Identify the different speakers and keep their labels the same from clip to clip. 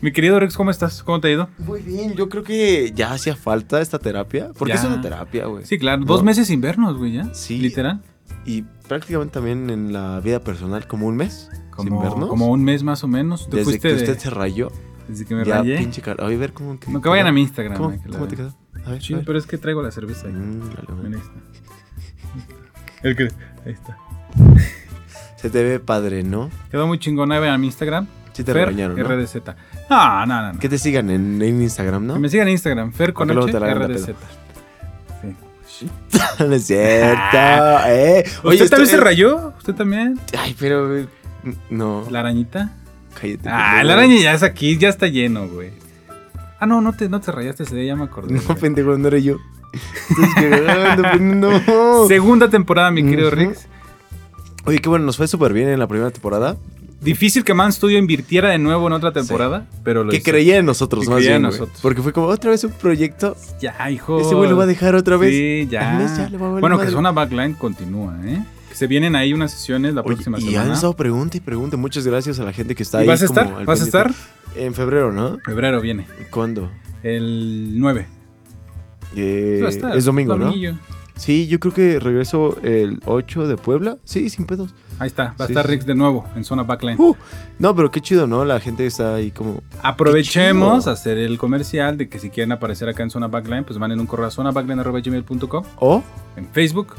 Speaker 1: Mi querido Rex, ¿cómo estás? ¿Cómo te ha ido?
Speaker 2: Muy bien, yo creo que ya hacía falta esta terapia. Porque
Speaker 1: Ya.
Speaker 2: es una terapia, güey.
Speaker 1: Sí, claro. Dos
Speaker 2: No.
Speaker 1: meses sin vernos, güey, ¿ya?
Speaker 2: Sí.
Speaker 1: Literal.
Speaker 2: Y prácticamente también en la vida personal, como un mes
Speaker 1: Como,
Speaker 2: sin vernos.
Speaker 1: como un mes más o menos. Tú
Speaker 2: Desde
Speaker 1: fuiste
Speaker 2: que usted
Speaker 1: de-
Speaker 2: se rayó.
Speaker 1: Desde que me
Speaker 2: ya,
Speaker 1: rayé.
Speaker 2: pinche cara. Oye, a ver cómo.
Speaker 1: No, que vayan a mi Instagram.
Speaker 2: ¿Cómo,
Speaker 1: eh, que la
Speaker 2: cómo te
Speaker 1: vean.
Speaker 2: quedó? A ver,
Speaker 1: Chido,
Speaker 2: a ver.
Speaker 1: pero es que traigo la cerveza ahí.
Speaker 2: Mm, dale, dale.
Speaker 1: En esta. El que- Ahí está.
Speaker 2: Se te ve padre, ¿no?
Speaker 1: Quedó muy chingona. Vean a mi Instagram.
Speaker 2: Sí te
Speaker 1: Fer
Speaker 2: regañaron, ¿no?
Speaker 1: RDZ. Ah, no, no, no.
Speaker 2: Que te sigan en, en Instagram,
Speaker 1: Que
Speaker 2: ¿no?
Speaker 1: me sigan en Instagram. Fer con
Speaker 2: Porque luego
Speaker 1: H,
Speaker 2: te la hagan de
Speaker 1: RDZ. Sí.
Speaker 2: no es cierto. eh.
Speaker 1: Ah. ¿Usted
Speaker 2: esto
Speaker 1: también se
Speaker 2: es-
Speaker 1: rayó? ¿Usted también?
Speaker 2: Ay, pero. güey, No.
Speaker 1: ¿La arañita?
Speaker 2: Cállate.
Speaker 1: Ah,
Speaker 2: pendejo.
Speaker 1: la araña ya es aquí, ya está lleno, güey. Ah, no, no te, no te rayaste ese día, ya me acordé.
Speaker 2: No,
Speaker 1: güey.
Speaker 2: pendejo, no era yo. Estás cagando, pendejo, no.
Speaker 1: Segunda temporada, mi querido
Speaker 2: Ujú.
Speaker 1: Rix.
Speaker 2: Oye, qué bueno, nos fue súper bien en la primera temporada.
Speaker 1: Difícil que Man Studio invirtiera de nuevo en otra temporada, pero lo
Speaker 2: Que
Speaker 1: hizo.
Speaker 2: creía en nosotros,
Speaker 1: Que
Speaker 2: más
Speaker 1: creía
Speaker 2: bien.
Speaker 1: en
Speaker 2: güey.
Speaker 1: nosotros.
Speaker 2: Porque fue como otra vez un proyecto.
Speaker 1: Ya, hijo.
Speaker 2: Ese güey lo va a dejar otra vez.
Speaker 1: Sí, ya.
Speaker 2: Al mes ya le va a valer
Speaker 1: bueno, que
Speaker 2: madre.
Speaker 1: Zona Backline continúa, ¿eh? Que se vienen ahí unas sesiones la
Speaker 2: Oye,
Speaker 1: próxima
Speaker 2: y han
Speaker 1: semana.
Speaker 2: estado pregunta y pregunta. Muchas gracias a la gente que está
Speaker 1: ¿Y
Speaker 2: ahí.
Speaker 1: vas a
Speaker 2: como
Speaker 1: estar?
Speaker 2: al
Speaker 1: ¿Vas a estar?
Speaker 2: pendiente. En febrero, ¿no?
Speaker 1: Febrero viene,
Speaker 2: ¿Cuándo?
Speaker 1: el 9.
Speaker 2: Eh,
Speaker 1: Tú vas a estar,
Speaker 2: es domingo, ¿no?
Speaker 1: dominguillo.
Speaker 2: Sí, yo creo que regreso el 8 de Puebla. Sí, sin pedos.
Speaker 1: Ahí está, va a
Speaker 2: Sí,
Speaker 1: estar
Speaker 2: sí.
Speaker 1: Rix de nuevo en Zona Backline.
Speaker 2: Uh, no, pero qué chido, ¿no? La gente está ahí como.
Speaker 1: Aprovechemos
Speaker 2: chido.
Speaker 1: hacer el comercial de que si quieren aparecer acá en Zona Backline, pues manden un correo a zonabackline.gmail.com.
Speaker 2: O
Speaker 1: En Facebook,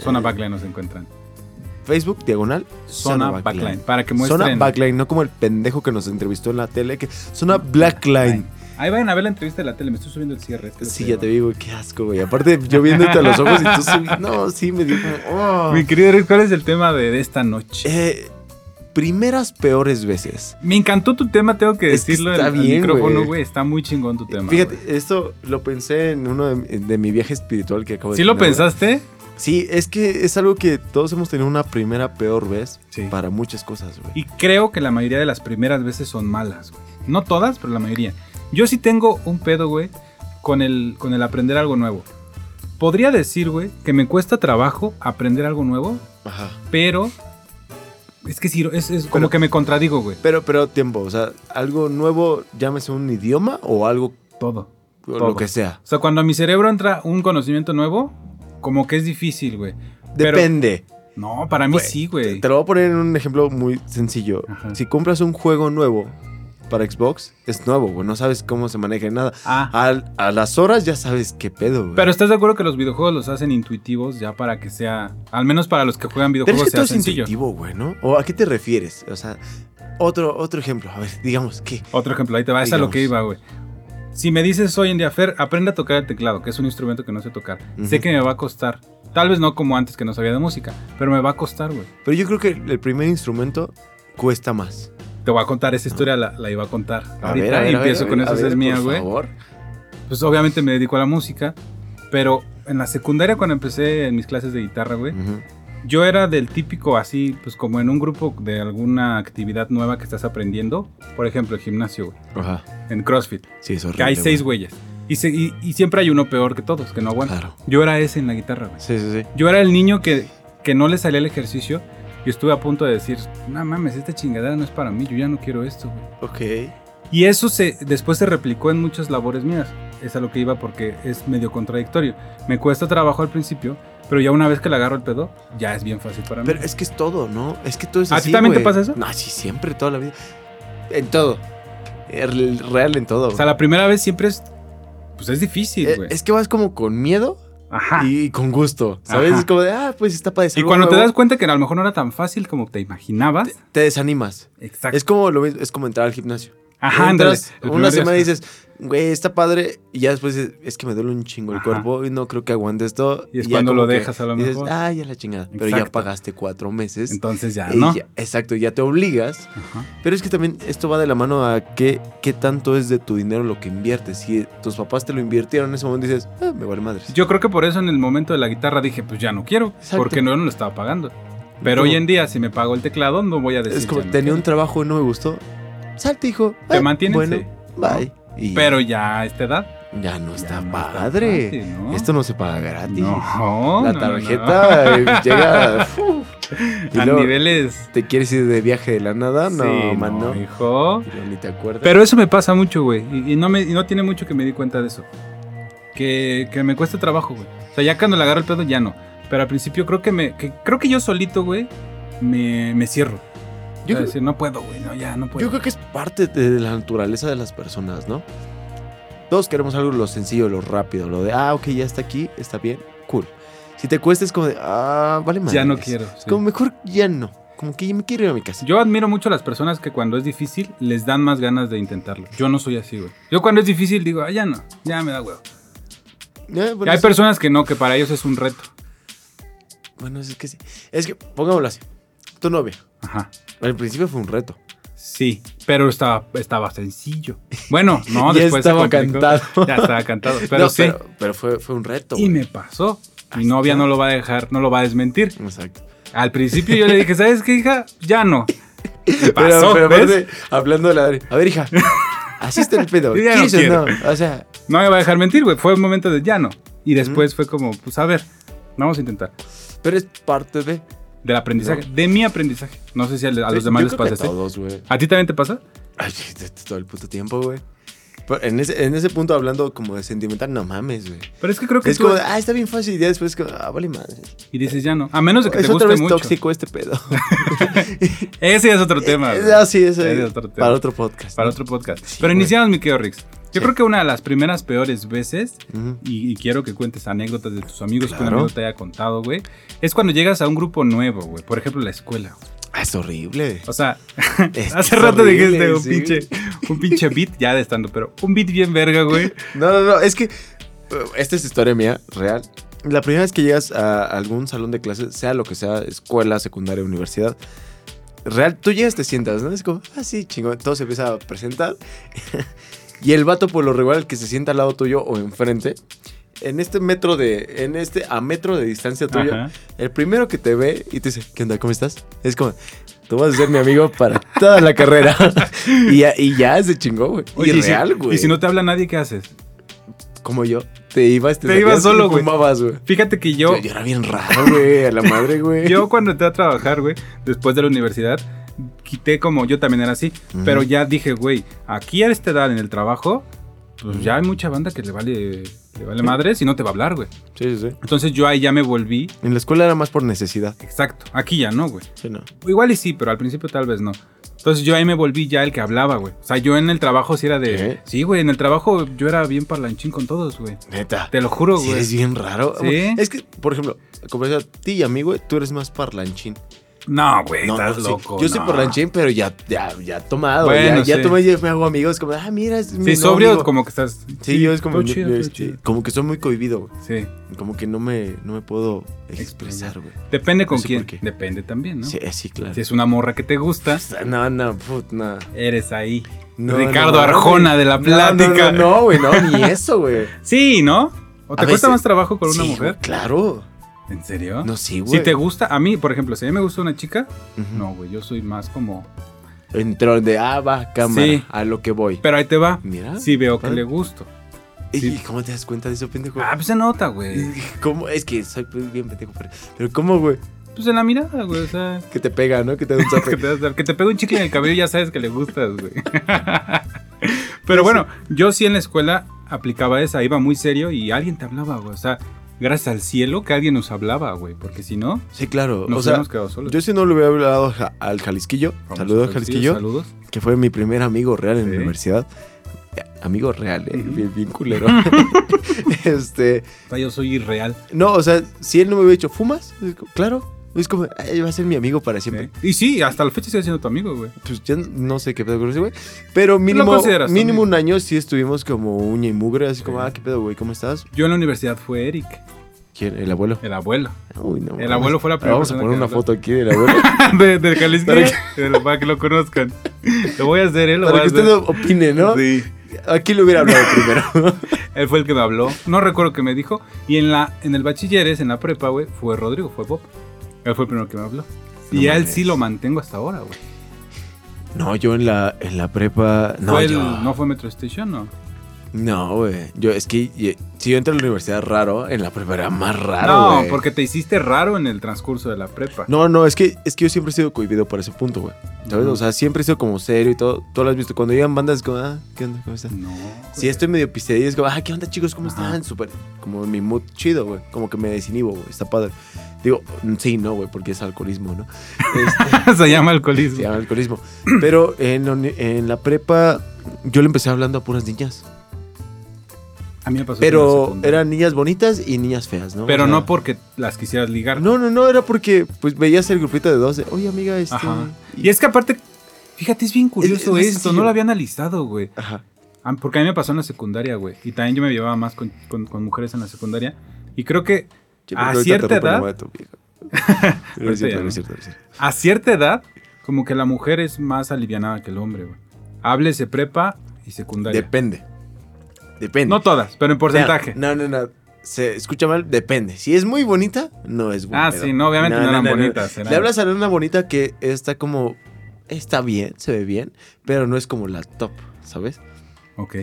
Speaker 1: Zona Backline nos encuentran.
Speaker 2: Facebook, diagonal.
Speaker 1: Zona, Backline. Para que muestren.
Speaker 2: Zona Backline, no como el pendejo que nos entrevistó en la tele. Que... Zona Blackline.
Speaker 1: Ahí vayan a ver la entrevista de la tele. Me estoy subiendo el cierre. es que lo
Speaker 2: Sí,
Speaker 1: traigo.
Speaker 2: ya te vi, güey, qué asco, güey. Aparte, yo viéndote a los ojos y tú subi- No, sí, me dijo. Oh.
Speaker 1: Mi querido Rick, ¿cuál es el tema de, de esta noche?
Speaker 2: Eh, primeras peores veces.
Speaker 1: Me encantó tu tema, tengo que
Speaker 2: es que
Speaker 1: decirlo en
Speaker 2: está
Speaker 1: el
Speaker 2: bien,
Speaker 1: micrófono,
Speaker 2: güey. Eh,
Speaker 1: güey. Está muy chingón tu tema.
Speaker 2: Fíjate,
Speaker 1: güey.
Speaker 2: esto lo pensé en uno de, de mi viaje espiritual que acabo de
Speaker 1: ¿Sí lo
Speaker 2: tener, güey.
Speaker 1: pensaste?
Speaker 2: Sí, es que es algo que todos hemos tenido una primera peor vez
Speaker 1: Sí.
Speaker 2: para muchas cosas, güey.
Speaker 1: Y creo que la mayoría de las primeras veces son malas, güey. No todas, pero la mayoría. Yo sí tengo un pedo, güey, con el, con el aprender algo nuevo. Podría decir, güey, que me cuesta trabajo aprender algo nuevo,
Speaker 2: Ajá.
Speaker 1: pero... Es que sí, es, es como
Speaker 2: Pero-
Speaker 1: que me contradigo, güey.
Speaker 2: Pero, pero tiempo, o sea, algo nuevo, llámese un idioma o algo,
Speaker 1: Todo.
Speaker 2: o
Speaker 1: Todo.
Speaker 2: lo que sea.
Speaker 1: O sea, cuando a mi cerebro entra un conocimiento nuevo, como que es difícil, güey. Pero-
Speaker 2: Depende.
Speaker 1: No, para mí
Speaker 2: Güey,
Speaker 1: sí,
Speaker 2: Te,
Speaker 1: güey.
Speaker 2: te lo voy a poner en un ejemplo muy sencillo.
Speaker 1: Ajá.
Speaker 2: Si compras un juego nuevo para Xbox, es nuevo, güey. No sabes cómo se maneja ni nada.
Speaker 1: Ah,
Speaker 2: Al- a las horas ya sabes qué pedo, güey.
Speaker 1: pero ¿estás de acuerdo que los videojuegos los hacen intuitivos ya para que sea... Al menos para los que juegan
Speaker 2: Pero es
Speaker 1: videojuegos
Speaker 2: que todo
Speaker 1: sea
Speaker 2: es
Speaker 1: sencillo.
Speaker 2: intuitivo, güey, ¿no? ¿O a qué te refieres? O sea, otro, otro ejemplo. A ver, digamos, ¿qué?
Speaker 1: Otro ejemplo, ahí te va, es a lo
Speaker 2: Digamos.
Speaker 1: que iba, güey. Si me dices hoy en día, Fer, aprende a tocar el teclado, que es un instrumento que no sé tocar. Sé
Speaker 2: Ujú.
Speaker 1: que me va a costar. Tal vez no como antes que no sabía de música, pero me va a costar, güey.
Speaker 2: Pero yo creo que el primer instrumento cuesta más.
Speaker 1: Te voy a contar esa historia, la, la iba a contar.
Speaker 2: A
Speaker 1: ahorita
Speaker 2: ver, a ver,
Speaker 1: y
Speaker 2: a ver,
Speaker 1: empiezo
Speaker 2: a
Speaker 1: con
Speaker 2: ver,
Speaker 1: eso,
Speaker 2: a
Speaker 1: esa
Speaker 2: ver,
Speaker 1: es mía,
Speaker 2: por
Speaker 1: güey.
Speaker 2: favor.
Speaker 1: Pues obviamente me dedico a la música, pero en la secundaria cuando empecé en mis clases de guitarra, güey,
Speaker 2: Ujú.
Speaker 1: Yo era del típico así, pues como en un grupo de alguna actividad nueva que estás aprendiendo. Por ejemplo, el gimnasio, güey.
Speaker 2: Ajá.
Speaker 1: En CrossFit.
Speaker 2: Sí, es
Speaker 1: Que
Speaker 2: horrible.
Speaker 1: hay seis
Speaker 2: güey. Ah.
Speaker 1: güeyes. Y, se- y- y siempre hay uno peor que todos, que no aguanta.
Speaker 2: Claro.
Speaker 1: Yo era ese en la guitarra, güey.
Speaker 2: Sí, sí, sí.
Speaker 1: Yo era el niño que, que no le salía el ejercicio y estuve a punto de decir, no mames, esta chingadera no es para mí, yo ya no quiero esto, güey.
Speaker 2: Ok.
Speaker 1: Y eso se, después se replicó en muchas labores mías. Es a lo que iba porque es medio contradictorio. Me cuesta trabajo al principio, pero ya una vez que le agarro el pedo, ya es bien fácil para mí.
Speaker 2: Pero es que es todo, ¿no? Es que todo es
Speaker 1: ¿A ti
Speaker 2: así.
Speaker 1: también te
Speaker 2: güey.
Speaker 1: pasa eso?
Speaker 2: No, sí, siempre, toda la vida. En todo. El Real en todo.
Speaker 1: O sea, la primera vez siempre es. Pues es difícil,
Speaker 2: Eh,
Speaker 1: güey.
Speaker 2: es que vas como con miedo
Speaker 1: Ajá. Y,
Speaker 2: y con gusto. ¿Sabes?
Speaker 1: Ajá.
Speaker 2: Es como de, ah, pues está padeciendo.
Speaker 1: cuando te das cuenta que a lo mejor no era tan fácil como te imaginabas.
Speaker 2: Te desanimas.
Speaker 1: Exacto.
Speaker 2: Es como lo mismo, es como entrar al gimnasio.
Speaker 1: Ajá, ándale.
Speaker 2: Entras
Speaker 1: El
Speaker 2: una
Speaker 1: primer día
Speaker 2: semana
Speaker 1: es-
Speaker 2: dices, güey, está padre. Y ya después dices, es que me duele un chingo el
Speaker 1: Ajá.
Speaker 2: cuerpo y no creo que aguante esto.
Speaker 1: Y es
Speaker 2: ya
Speaker 1: cuando lo
Speaker 2: como que
Speaker 1: dejas a lo
Speaker 2: dices,
Speaker 1: mejor.
Speaker 2: ah, ya la chingada. Pero ya
Speaker 1: Exacto.
Speaker 2: pagaste cuatro meses.
Speaker 1: Entonces ya,
Speaker 2: Y
Speaker 1: ¿no?
Speaker 2: ya- exacto, ya te obligas
Speaker 1: Ajá.
Speaker 2: Pero es que también esto va de la mano a qué, qué tanto es de tu dinero lo que inviertes. Si tus papás te lo invirtieron en ese momento, dices, "Ah, me vale madres.
Speaker 1: Yo creo que por eso en el momento de la guitarra dije, pues ya no quiero.
Speaker 2: Exacto.
Speaker 1: Porque no, no lo estaba pagando. Pero
Speaker 2: Como-
Speaker 1: hoy en día, si me pago el teclado, no voy a decir.
Speaker 2: es como,
Speaker 1: ya no
Speaker 2: tenía un
Speaker 1: quiero.
Speaker 2: trabajo y no me gustó. Salte, hijo.
Speaker 1: ¿Te
Speaker 2: Ah,
Speaker 1: mantienes?
Speaker 2: Bueno,
Speaker 1: Sí.
Speaker 2: bye. Y-
Speaker 1: Pero ya a esta edad,
Speaker 2: Ya no
Speaker 1: Ya
Speaker 2: está
Speaker 1: no está
Speaker 2: padre.
Speaker 1: fácil, ¿no?
Speaker 2: Esto no se paga gratis.
Speaker 1: No, no,
Speaker 2: La
Speaker 1: no,
Speaker 2: tarjeta eh, llega uf, y
Speaker 1: no. a
Speaker 2: luego
Speaker 1: niveles.
Speaker 2: te quieres ir de viaje de la nada, no,
Speaker 1: Sí,
Speaker 2: man, no.
Speaker 1: hijo.
Speaker 2: Pero ni te acuerdas.
Speaker 1: Pero eso me pasa mucho, güey. Y, y no me, y no tiene mucho que me di cuenta de eso. Que, que me cuesta trabajo, güey. O sea, ya cuando le agarro el pedo, ya no. Pero al principio creo que me. que- creo que yo solito, güey, me, me cierro.
Speaker 2: yo,
Speaker 1: O sea,
Speaker 2: creo,
Speaker 1: decir, no puedo, güey. No, ya no puedo.
Speaker 2: yo creo que es parte de la naturaleza de las personas, ¿no? Todos queremos algo lo sencillo, lo rápido, lo de, ah, ok, ya está aquí, está bien, cool. Si te cuesta es como de, ah, vale más.
Speaker 1: ya no quiero. sí.
Speaker 2: Como mejor ya no. Como que ya me quiero ir a mi casa.
Speaker 1: Yo admiro mucho a las personas que cuando es difícil les dan más ganas de intentarlo. Yo no soy así, güey. Yo cuando es difícil digo, ah, ya no, ya me da huevo.
Speaker 2: Eh, bueno,
Speaker 1: Hay
Speaker 2: sí.
Speaker 1: personas que no, que para ellos es un reto.
Speaker 2: Bueno, es que sí. Es que, pongámoslo así. Tu novia.
Speaker 1: Ajá.
Speaker 2: Al principio fue un reto.
Speaker 1: Sí, pero estaba, estaba sencillo. Bueno, no,
Speaker 2: Ya
Speaker 1: después se
Speaker 2: estaba
Speaker 1: complicó.
Speaker 2: cantado.
Speaker 1: Ya estaba cantado, pero
Speaker 2: No,
Speaker 1: sí.
Speaker 2: Pero, pero fue, fue un reto.
Speaker 1: y
Speaker 2: güey.
Speaker 1: me pasó. Mi novia no lo va a dejar, no lo va a desmentir.
Speaker 2: Exacto.
Speaker 1: Al principio yo le dije, ¿sabes qué, hija? Ya no. Me
Speaker 2: Pero-
Speaker 1: pasó,
Speaker 2: pero,
Speaker 1: ¿ves?
Speaker 2: aparte, hablando de la... A ver, hija. Así está el pedo.
Speaker 1: Yo ya no
Speaker 2: ¿Quieres o
Speaker 1: quiero.
Speaker 2: no? O sea,
Speaker 1: No me va a dejar mentir, güey. Fue un momento de ya no. Y después fue como, pues a ver, vamos a intentar.
Speaker 2: pero es parte de...
Speaker 1: Del aprendizaje, de mi aprendizaje. No sé si a, a los
Speaker 2: Yo
Speaker 1: demás les
Speaker 2: creo que
Speaker 1: pasa así.
Speaker 2: A todos, güey.
Speaker 1: ¿A ti también te pasa?
Speaker 2: Ay, de- de- Todo el puto tiempo, güey. Pero En ese, en ese punto, hablando como de sentimental, no mames, güey.
Speaker 1: Pero es que creo que
Speaker 2: Es
Speaker 1: tú-
Speaker 2: como, ah, está bien fácil. Y ya después, como, ah, vale madre.
Speaker 1: Y dices ya no. A menos de que
Speaker 2: Es
Speaker 1: te guste
Speaker 2: otra vez
Speaker 1: mucho.
Speaker 2: tóxico este pedo.
Speaker 1: Ese ya es otro tema. güey.
Speaker 2: Ah, sí, eso
Speaker 1: Ese
Speaker 2: es
Speaker 1: es otro tema.
Speaker 2: para otro podcast.
Speaker 1: Para
Speaker 2: ¿no?
Speaker 1: otro podcast.
Speaker 2: Sí,
Speaker 1: Pero
Speaker 2: güey.
Speaker 1: iniciamos, mi querido Rix. Yo
Speaker 2: Sí.
Speaker 1: creo que una de las primeras peores veces,
Speaker 2: Ujú.
Speaker 1: y, y quiero que cuentes anécdotas de tus amigos que un
Speaker 2: Claro.
Speaker 1: amigo te haya contado, güey, es cuando llegas a un grupo nuevo, güey. Por ejemplo, la escuela. güey.
Speaker 2: Ah, es horrible.
Speaker 1: O sea,
Speaker 2: Es-
Speaker 1: hace
Speaker 2: es
Speaker 1: rato
Speaker 2: horrible,
Speaker 1: dijiste un
Speaker 2: sí.
Speaker 1: pinche, un pinche beat, ya de estando, pero un beat bien verga, güey.
Speaker 2: No, no, no, es que uh, esta es historia mía, real. La primera vez que llegas a algún salón de clases, sea lo que sea, escuela, secundaria, universidad, real, tú llegas, te sientas, ¿no? Es como, ah, sí, chingón. Todo se empieza a presentar. y el vato, por lo regular, el que se sienta al lado tuyo o enfrente, en este metro de, en este, a metro de distancia tuya,
Speaker 1: Ajá.
Speaker 2: el primero que te ve y te dice, ¿qué onda? ¿Cómo estás? Es como, tú vas a ser mi amigo para toda la carrera. y, ya, y ya se chingó, güey.
Speaker 1: Oye,
Speaker 2: y
Speaker 1: si-
Speaker 2: real, güey
Speaker 1: Y si no te habla nadie, ¿qué haces?
Speaker 2: como yo, te ibas, te,
Speaker 1: Te ibas
Speaker 2: salías y
Speaker 1: solo, güey.
Speaker 2: fumabas, güey.
Speaker 1: Fíjate que
Speaker 2: Yo,
Speaker 1: yo,
Speaker 2: yo era bien raro, güey, a la madre, güey.
Speaker 1: yo cuando entré a trabajar, güey, después de la universidad, quité como yo también era así,
Speaker 2: Ujú.
Speaker 1: pero ya dije, güey, aquí a esta edad en el trabajo, pues
Speaker 2: Ujú.
Speaker 1: ya hay mucha banda que le vale, le vale madre si no te va a hablar, güey.
Speaker 2: Sí, sí, sí.
Speaker 1: Entonces yo ahí ya me volví,
Speaker 2: En la escuela era más por necesidad.
Speaker 1: exacto, aquí ya no, güey.
Speaker 2: Sí, no.
Speaker 1: Igual y sí, pero al principio tal vez no. Entonces yo ahí me volví ya el que hablaba, güey. O sea, yo en el trabajo sí era de...
Speaker 2: ¿Qué?
Speaker 1: Sí, güey, en el trabajo yo era bien parlanchín con todos, güey.
Speaker 2: Neta.
Speaker 1: Te lo juro,
Speaker 2: Sí,
Speaker 1: güey.
Speaker 2: eres bien raro.
Speaker 1: Sí.
Speaker 2: güey. Es que, por ejemplo, como decía, a ti y a mí, güey, tú eres más parlanchín.
Speaker 1: No, güey,
Speaker 2: No,
Speaker 1: estás
Speaker 2: sí.
Speaker 1: loco.
Speaker 2: Yo
Speaker 1: no.
Speaker 2: soy parlanchín, pero ya, ya, ya tomado.
Speaker 1: Bueno,
Speaker 2: ya, ya
Speaker 1: sí.
Speaker 2: tomé y me hago amigos. Como, ah, mira, es mi
Speaker 1: Sí,
Speaker 2: nuevo
Speaker 1: sobrio
Speaker 2: amigo.
Speaker 1: como que estás...
Speaker 2: Sí, yo es como,
Speaker 1: todo chido,
Speaker 2: yo-
Speaker 1: todo
Speaker 2: este,
Speaker 1: chido.
Speaker 2: como que soy muy cohibido, güey.
Speaker 1: Sí.
Speaker 2: Como que no me, no me puedo expresar, güey.
Speaker 1: Depende con
Speaker 2: No sé
Speaker 1: quién.
Speaker 2: por qué.
Speaker 1: Depende también, ¿no?
Speaker 2: Sí, sí, claro.
Speaker 1: Si es una morra que te gusta,
Speaker 2: No, no, put, no.
Speaker 1: eres ahí.
Speaker 2: No,
Speaker 1: Ricardo
Speaker 2: no, no,
Speaker 1: Arjona
Speaker 2: güey.
Speaker 1: de la
Speaker 2: No,
Speaker 1: plática.
Speaker 2: No, no, no, güey, no, ni eso, güey.
Speaker 1: Sí, ¿no? ¿O te
Speaker 2: A
Speaker 1: cuesta
Speaker 2: veces-
Speaker 1: más trabajo con una
Speaker 2: Sí,
Speaker 1: mujer?
Speaker 2: güey, claro.
Speaker 1: ¿En serio?
Speaker 2: No, sí, güey.
Speaker 1: si te gusta, a mí, por ejemplo, si a mí me gusta una chica,
Speaker 2: Ujú.
Speaker 1: no, güey, yo soy más como...
Speaker 2: Entró de, ah, va, cámara,
Speaker 1: Sí.
Speaker 2: a lo que voy.
Speaker 1: Pero ahí te va.
Speaker 2: Mira.
Speaker 1: Si veo que
Speaker 2: Ah.
Speaker 1: le gusto.
Speaker 2: ¿Y
Speaker 1: sí.
Speaker 2: y cómo te das cuenta de eso, pendejo? Eh,
Speaker 1: Ah, pues se nota, güey.
Speaker 2: ¿Cómo? Es que soy pues, bien pendejo, pero, pero ¿cómo, güey?
Speaker 1: Pues en la mirada, güey, o sea...
Speaker 2: Que te pega, ¿no? Que te da un
Speaker 1: Que
Speaker 2: zape.
Speaker 1: te, das- que te pegue un chicle en el cabello ya sabes que le gustas, güey.
Speaker 2: Pues
Speaker 1: Pero bueno, yo sí en la escuela aplicaba esa, iba muy serio y alguien te hablaba, güey. O sea, gracias al cielo que alguien nos hablaba, güey. Porque si no,
Speaker 2: Sí, claro.
Speaker 1: nos
Speaker 2: o sea,
Speaker 1: hubiéramos quedado solos.
Speaker 2: yo si no le hubiera hablado ja- al Jalisquillo,
Speaker 1: Vamos,
Speaker 2: saludos
Speaker 1: sí,
Speaker 2: Jalisquillo,
Speaker 1: Saludos.
Speaker 2: que fue mi primer amigo real en
Speaker 1: Sí.
Speaker 2: la universidad. Eh, Amigo real, eh,
Speaker 1: Ujú.
Speaker 2: bien, bien culero. este,
Speaker 1: O sea, Ah, yo soy irreal.
Speaker 2: No, o sea, si él no me hubiera dicho, ¿fumas? Es como, claro. Es como, "Ay, va a ser mi amigo para siempre.
Speaker 1: ¿eh? Y sí, hasta la fecha sigue siendo tu amigo, güey.
Speaker 2: Pues ya no sé qué pedo con ese güey. Pero mínimo,
Speaker 1: consideras tu
Speaker 2: mínimo
Speaker 1: amigo.
Speaker 2: un año sí estuvimos como uña y mugre, así como,
Speaker 1: Sí.
Speaker 2: ah, qué pedo, güey, ¿cómo estás?
Speaker 1: Yo en la universidad fue Eric,
Speaker 2: ¿Quién? ¿El abuelo?
Speaker 1: el abuelo.
Speaker 2: Uy, no.
Speaker 1: El
Speaker 2: mames.
Speaker 1: abuelo fue la primera
Speaker 2: Vamos a
Speaker 1: persona
Speaker 2: poner
Speaker 1: que
Speaker 2: una
Speaker 1: habló.
Speaker 2: foto aquí del abuelo.
Speaker 1: de, del Jalisco. eh,
Speaker 2: Para
Speaker 1: de- Para que lo conozcan. Lo voy a hacer, ¿eh? Lo voy
Speaker 2: para
Speaker 1: a
Speaker 2: que usted
Speaker 1: hacer.
Speaker 2: opine, ¿no?
Speaker 1: Sí.
Speaker 2: Aquí lo hubiera hablado primero.
Speaker 1: Él fue el que me habló. No recuerdo qué me dijo. Y en la en el bachilleres, en la prepa, güey, fue Rodrigo, fue Bob. Él fue el primero que me habló.
Speaker 2: No
Speaker 1: y a él
Speaker 2: mames.
Speaker 1: sí lo mantengo hasta ahora, güey.
Speaker 2: no, yo en la, en la prepa. No,
Speaker 1: Fue el-
Speaker 2: yo.
Speaker 1: no fue Metro Station, no.
Speaker 2: No, güey. Yo, es que ye- si yo entro a la universidad raro, en la primera más raro,
Speaker 1: no,
Speaker 2: güey.
Speaker 1: porque te hiciste raro en el transcurso de la prepa.
Speaker 2: No, no, es que, es que yo siempre he sido cohibido para ese punto, güey. ¿Sabes?
Speaker 1: Ujú.
Speaker 2: O sea, siempre he sido como serio y todo. Tú lo has visto. Cuando llegan bandas, es como, ah, ¿qué onda? ¿Cómo están?
Speaker 1: No,
Speaker 2: Si estoy medio pisteadillo, es como, ah, ¿qué onda, chicos? ¿Cómo
Speaker 1: Ajá.
Speaker 2: están? Súper, como mi mood chido, güey. Como que me desinhibo, güey. Está padre. Digo, mm, sí, no, güey, porque es alcoholismo, ¿no? Este,
Speaker 1: güey. Se llama alcoholismo.
Speaker 2: se llama alcoholismo. Pero en, la uni- en la prepa, yo le empecé hablando a puras niñas.
Speaker 1: A mí me pasó. eso en la
Speaker 2: Pero
Speaker 1: secundaria.
Speaker 2: eran niñas bonitas y niñas feas, ¿no?
Speaker 1: Pero
Speaker 2: O sea,
Speaker 1: no porque las quisieras ligar.
Speaker 2: No, no, no, era porque pues veías el grupito de 12. Oye, amiga, este.
Speaker 1: Ajá. Y es que aparte, fíjate, es bien curioso
Speaker 2: es más
Speaker 1: esto.
Speaker 2: sencillo.
Speaker 1: No lo había analizado, güey.
Speaker 2: Ajá.
Speaker 1: Ah, Porque a mí me pasó en la secundaria, güey. Y también yo me llevaba más con, con- con mujeres en la secundaria. Y creo que
Speaker 2: Che,
Speaker 1: A
Speaker 2: porque ahorita
Speaker 1: cierta
Speaker 2: te rompo la
Speaker 1: edad-
Speaker 2: madre tu vieja. No
Speaker 1: Ahorita
Speaker 2: es cierto,
Speaker 1: ya
Speaker 2: no
Speaker 1: no.
Speaker 2: es cierto, no es cierto.
Speaker 1: a cierta edad, como que la mujer es más alivianada que el hombre, güey. Háblese prepa y secundaria.
Speaker 2: Depende. Depende.
Speaker 1: no todas, pero en porcentaje.
Speaker 2: No, no, no. Se escucha mal, depende. Si es muy bonita, no es buena.
Speaker 1: Ah, sí, no, obviamente no eran bonitas, eran-
Speaker 2: Le hablas a una bonita que está como. Está bien, se ve bien, pero no es como la top, ¿sabes?
Speaker 1: Ok.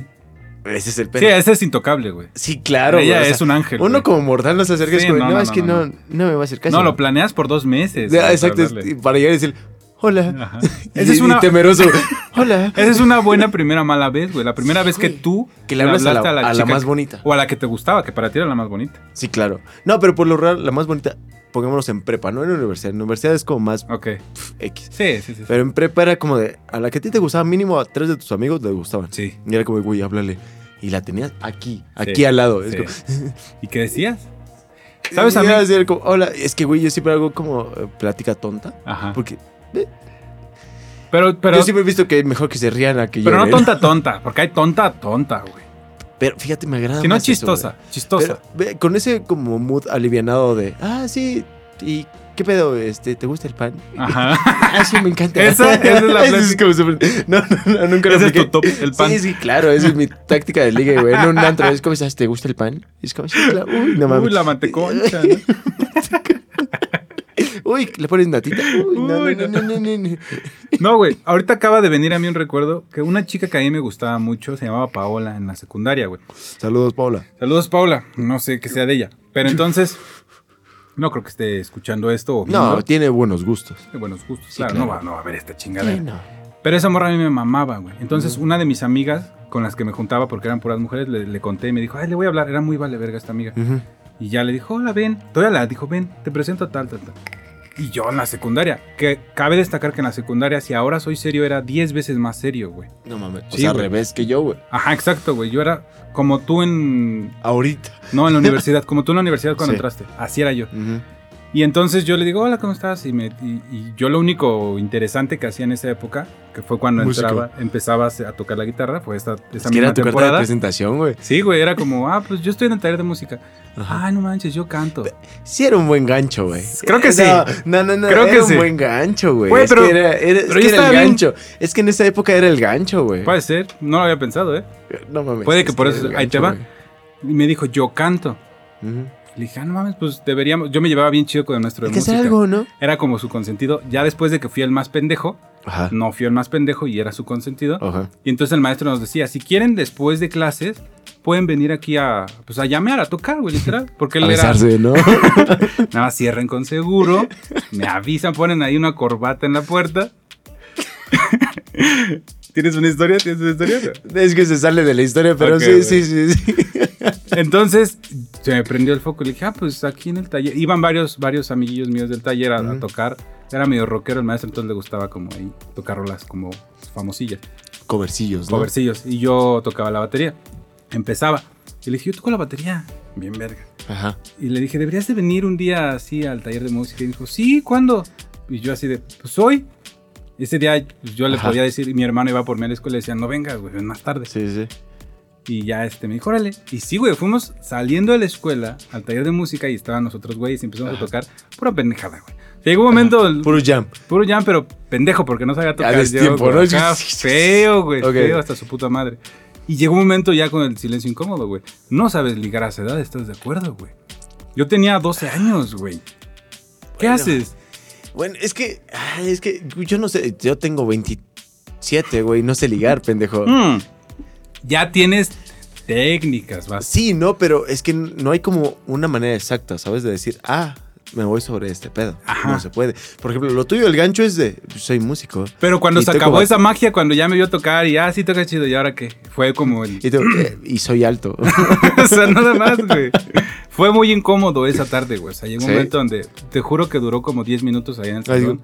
Speaker 2: Ese es el
Speaker 1: Sí,
Speaker 2: pene.
Speaker 1: ese es intocable, güey.
Speaker 2: Sí, claro.
Speaker 1: Ella
Speaker 2: güey, o sea,
Speaker 1: es un ángel.
Speaker 2: Uno
Speaker 1: güey.
Speaker 2: como mortal no se acerca y es
Speaker 1: Sí,
Speaker 2: como,
Speaker 1: no,
Speaker 2: no,
Speaker 1: no,
Speaker 2: es que
Speaker 1: no,
Speaker 2: no,
Speaker 1: no.
Speaker 2: no, me va a hacer caso.
Speaker 1: No, lo planeas por dos meses.
Speaker 2: Ya,
Speaker 1: güey,
Speaker 2: Exacto,
Speaker 1: para
Speaker 2: es-
Speaker 1: hablarle.
Speaker 2: y para llegar y decir, hola.
Speaker 1: Ajá.
Speaker 2: Y-
Speaker 1: Esa es
Speaker 2: y
Speaker 1: una-
Speaker 2: temeroso. hola.
Speaker 1: Esa es una buena primera mala vez, güey. La primera vez que
Speaker 2: güey.
Speaker 1: tú
Speaker 2: Que le hablas a la, a la
Speaker 1: chica
Speaker 2: más bonita.
Speaker 1: o a la que te gustaba, que para ti era la más bonita.
Speaker 2: Sí, claro. No, pero por lo raro, la más bonita, pongámonos en prepa, no en la universidad. En la universidad es como más
Speaker 1: Ok.
Speaker 2: pf, X.
Speaker 1: Sí, sí, sí. sí.
Speaker 2: Pero en prepa era como de, a la que a ti te gustaba, mínimo a tres de tus amigos le gustaban.
Speaker 1: Sí,
Speaker 2: Y era como, güey, háblale. Y la tenías aquí, aquí
Speaker 1: Sí,
Speaker 2: al lado. Es
Speaker 1: sí.
Speaker 2: como-
Speaker 1: ¿Y qué decías? ¿Sabes a
Speaker 2: y
Speaker 1: mí?
Speaker 2: era así, era como, hola, es que, güey, yo siempre hago como eh, plática tonta.
Speaker 1: Ajá.
Speaker 2: Porque
Speaker 1: Pero, pero,
Speaker 2: yo siempre he visto que es mejor que se rían a que
Speaker 1: pero no
Speaker 2: lloren.
Speaker 1: tonta, tonta. Porque hay tonta, tonta, güey.
Speaker 2: Pero fíjate, me agrada.
Speaker 1: Si no,
Speaker 2: más eso, güey.
Speaker 1: chistosa. chistosa.
Speaker 2: Pero, ve, con ese como mood alivianado de, ah, sí, ¿y qué pedo? Este, ¿Te gusta el pan?
Speaker 1: Ajá.
Speaker 2: Ah, sí, me encanta.
Speaker 1: Esa- esa es la
Speaker 2: Eso es como súper- No, no, no, nunca lo
Speaker 1: Ese es
Speaker 2: apliqué.
Speaker 1: tu top, el pan.
Speaker 2: Sí, sí, claro, esa es mi táctica de ligue, güey. En un antro, es como, ¿sabes? ¿Te gusta el pan? Es como, sí, claro. Uy, no mames.
Speaker 1: Uy, la manteconcha. ¿no?
Speaker 2: Uy, le pones natita. Uy, no,
Speaker 1: Uy,
Speaker 2: no, no, no, no, no.
Speaker 1: No, güey. Ahorita acaba de venir a mí un recuerdo que una chica que a mí me gustaba mucho se llamaba Paola en la secundaria, güey.
Speaker 2: Saludos, Paula.
Speaker 1: Saludos, Paula. No sé qué sea de ella. Pero entonces, no creo que esté escuchando esto o
Speaker 2: No,
Speaker 1: viendo.
Speaker 2: tiene buenos gustos.
Speaker 1: De buenos gustos.
Speaker 2: Sí,
Speaker 1: claro,
Speaker 2: claro.
Speaker 1: No, va, no va a ver esta chingadera.
Speaker 2: Sí, no.
Speaker 1: Pero esa morra a mí me mamaba, güey. Entonces, una de mis amigas con las que me juntaba porque eran puras mujeres, le, le conté y me dijo, ay, le voy a hablar. Era muy vale verga esta amiga.
Speaker 2: Ujú.
Speaker 1: Y ya le dijo, hola, ven. Todavía la dijo, ven, te presento a tal, tal, tal. Y yo en la secundaria, que cabe destacar que en la secundaria, si ahora soy serio, era 10 veces más serio, güey.
Speaker 2: No mames. O
Speaker 1: Sí,
Speaker 2: sea, al
Speaker 1: güey.
Speaker 2: revés que yo, güey.
Speaker 1: Ajá, exacto, güey. Yo era como tú en.
Speaker 2: Ahorita.
Speaker 1: No, en la universidad, como tú en la universidad cuando
Speaker 2: Sí.
Speaker 1: entraste. Así era yo.
Speaker 2: Ujú.
Speaker 1: Y entonces yo le digo, hola, ¿cómo estás? Y, me- y- y yo lo único interesante que hacía en esa época, que fue cuando
Speaker 2: Música.
Speaker 1: entraba, empezabas a tocar la guitarra, fue esta, esta
Speaker 2: Es que
Speaker 1: misma
Speaker 2: era tu carta de
Speaker 1: temporada.
Speaker 2: presentación, güey.
Speaker 1: Sí, güey, era como, ah, pues yo estoy en el taller de música.
Speaker 2: Ajá.
Speaker 1: Ah, no manches, yo canto. Pues
Speaker 2: Sí era un buen gancho, güey.
Speaker 1: Creo que sí.
Speaker 2: eh, No, no, no.
Speaker 1: Creo
Speaker 2: era
Speaker 1: que
Speaker 2: un
Speaker 1: sí.
Speaker 2: buen gancho, güey.
Speaker 1: Güey,
Speaker 2: Es
Speaker 1: pero-
Speaker 2: que era, era- es
Speaker 1: pero
Speaker 2: que
Speaker 1: ya
Speaker 2: era
Speaker 1: estaba
Speaker 2: el
Speaker 1: bien.
Speaker 2: gancho. Es que en esa época era el gancho, güey.
Speaker 1: Puede ser, no lo había pensado, ¿eh?
Speaker 2: No mames.
Speaker 1: puede
Speaker 2: es
Speaker 1: que por
Speaker 2: era
Speaker 1: eso-
Speaker 2: el
Speaker 1: ahí te va. Y me dijo, yo canto.
Speaker 2: güey. Ujú.
Speaker 1: Le dije, ah, no mames, pues deberíamos. Yo me llevaba bien chido con nuestro
Speaker 2: Hay
Speaker 1: de
Speaker 2: que hacer
Speaker 1: música.
Speaker 2: algo, ¿no?
Speaker 1: Era como su consentido. Ya después de que fui el más pendejo,
Speaker 2: Ajá.
Speaker 1: no fui el más pendejo y era su consentido.
Speaker 2: Ajá.
Speaker 1: Y entonces el maestro nos decía, si quieren después de clases, pueden venir aquí a, pues a llamear, a tocar, güey, literal. Porque él
Speaker 2: A
Speaker 1: era,
Speaker 2: besarse, ¿no?
Speaker 1: nada, más cierren con seguro, me avisan, ponen ahí una corbata en la puerta. ¿Tienes una historia? ¿Tienes una historia?
Speaker 2: es que se sale de la historia, pero
Speaker 1: Ok,
Speaker 2: sí,
Speaker 1: güey.
Speaker 2: sí, sí, sí.
Speaker 1: Entonces se me prendió el foco y le dije, ah, pues aquí en el taller. Iban varios, varios amiguillos míos del taller a, a
Speaker 2: Ujú.
Speaker 1: tocar. Era medio rockero el maestro, entonces le gustaba como ahí tocar rolas como famosillas.
Speaker 2: Covercillos, ¿no?
Speaker 1: covercillos y yo tocaba la batería. Empezaba. Y le dije, yo toco la batería. Bien verga.
Speaker 2: Ajá.
Speaker 1: Y le dije, deberías de venir un día así al taller de música. Y dijo, sí, ¿cuándo? Y yo así de, pues hoy. Ese día pues, yo le
Speaker 2: Ajá.
Speaker 1: podía decir, y mi hermano iba por mí a la escuela y decía, no vengas, güey, ven más tarde.
Speaker 2: Sí, sí.
Speaker 1: Y ya este me dijo, órale. Y sí, güey, fuimos saliendo de la escuela al taller de música y estaban nosotros, güey, y empezamos a tocar pura pendejada, güey. Llegó un momento,
Speaker 2: Puro jam.
Speaker 1: Puro jam, pero pendejo, porque no sabía tocar.
Speaker 2: destiempo,
Speaker 1: yo,
Speaker 2: ¿no?
Speaker 1: güey, acá, feo, güey.
Speaker 2: Ok.
Speaker 1: Feo hasta su puta madre. Y llegó un momento ya con el silencio incómodo, güey. No sabes ligar a esa edad, ¿estás de acuerdo, güey? Yo tenía 12 años, güey. ¿Qué
Speaker 2: Bueno.
Speaker 1: haces?
Speaker 2: Bueno, es que. ay, Es que yo no sé. Yo tengo 27, güey. No sé ligar, pendejo.
Speaker 1: Mm, Hmm. ya tienes técnicas, vas.
Speaker 2: Sí, no, pero es que no hay como una manera exacta, ¿sabes? De decir, ah, me voy sobre este pedo.
Speaker 1: Ajá.
Speaker 2: No se puede. Por ejemplo, lo tuyo, el gancho es de, soy músico.
Speaker 1: Pero cuando
Speaker 2: Y
Speaker 1: se
Speaker 2: toco
Speaker 1: acabó
Speaker 2: ba-
Speaker 1: esa magia, cuando ya me vio tocar y ah, sí toca chido, ¿y ahora qué? Fue como el.
Speaker 2: Y, tú, "Eh, y soy alto.
Speaker 1: o sea, nada más, güey. Fue muy incómodo esa tarde, güey. O sea, llegó un
Speaker 2: Sí.
Speaker 1: momento donde te juro que duró como 10 minutos allá en el
Speaker 2: Ay,
Speaker 1: salón.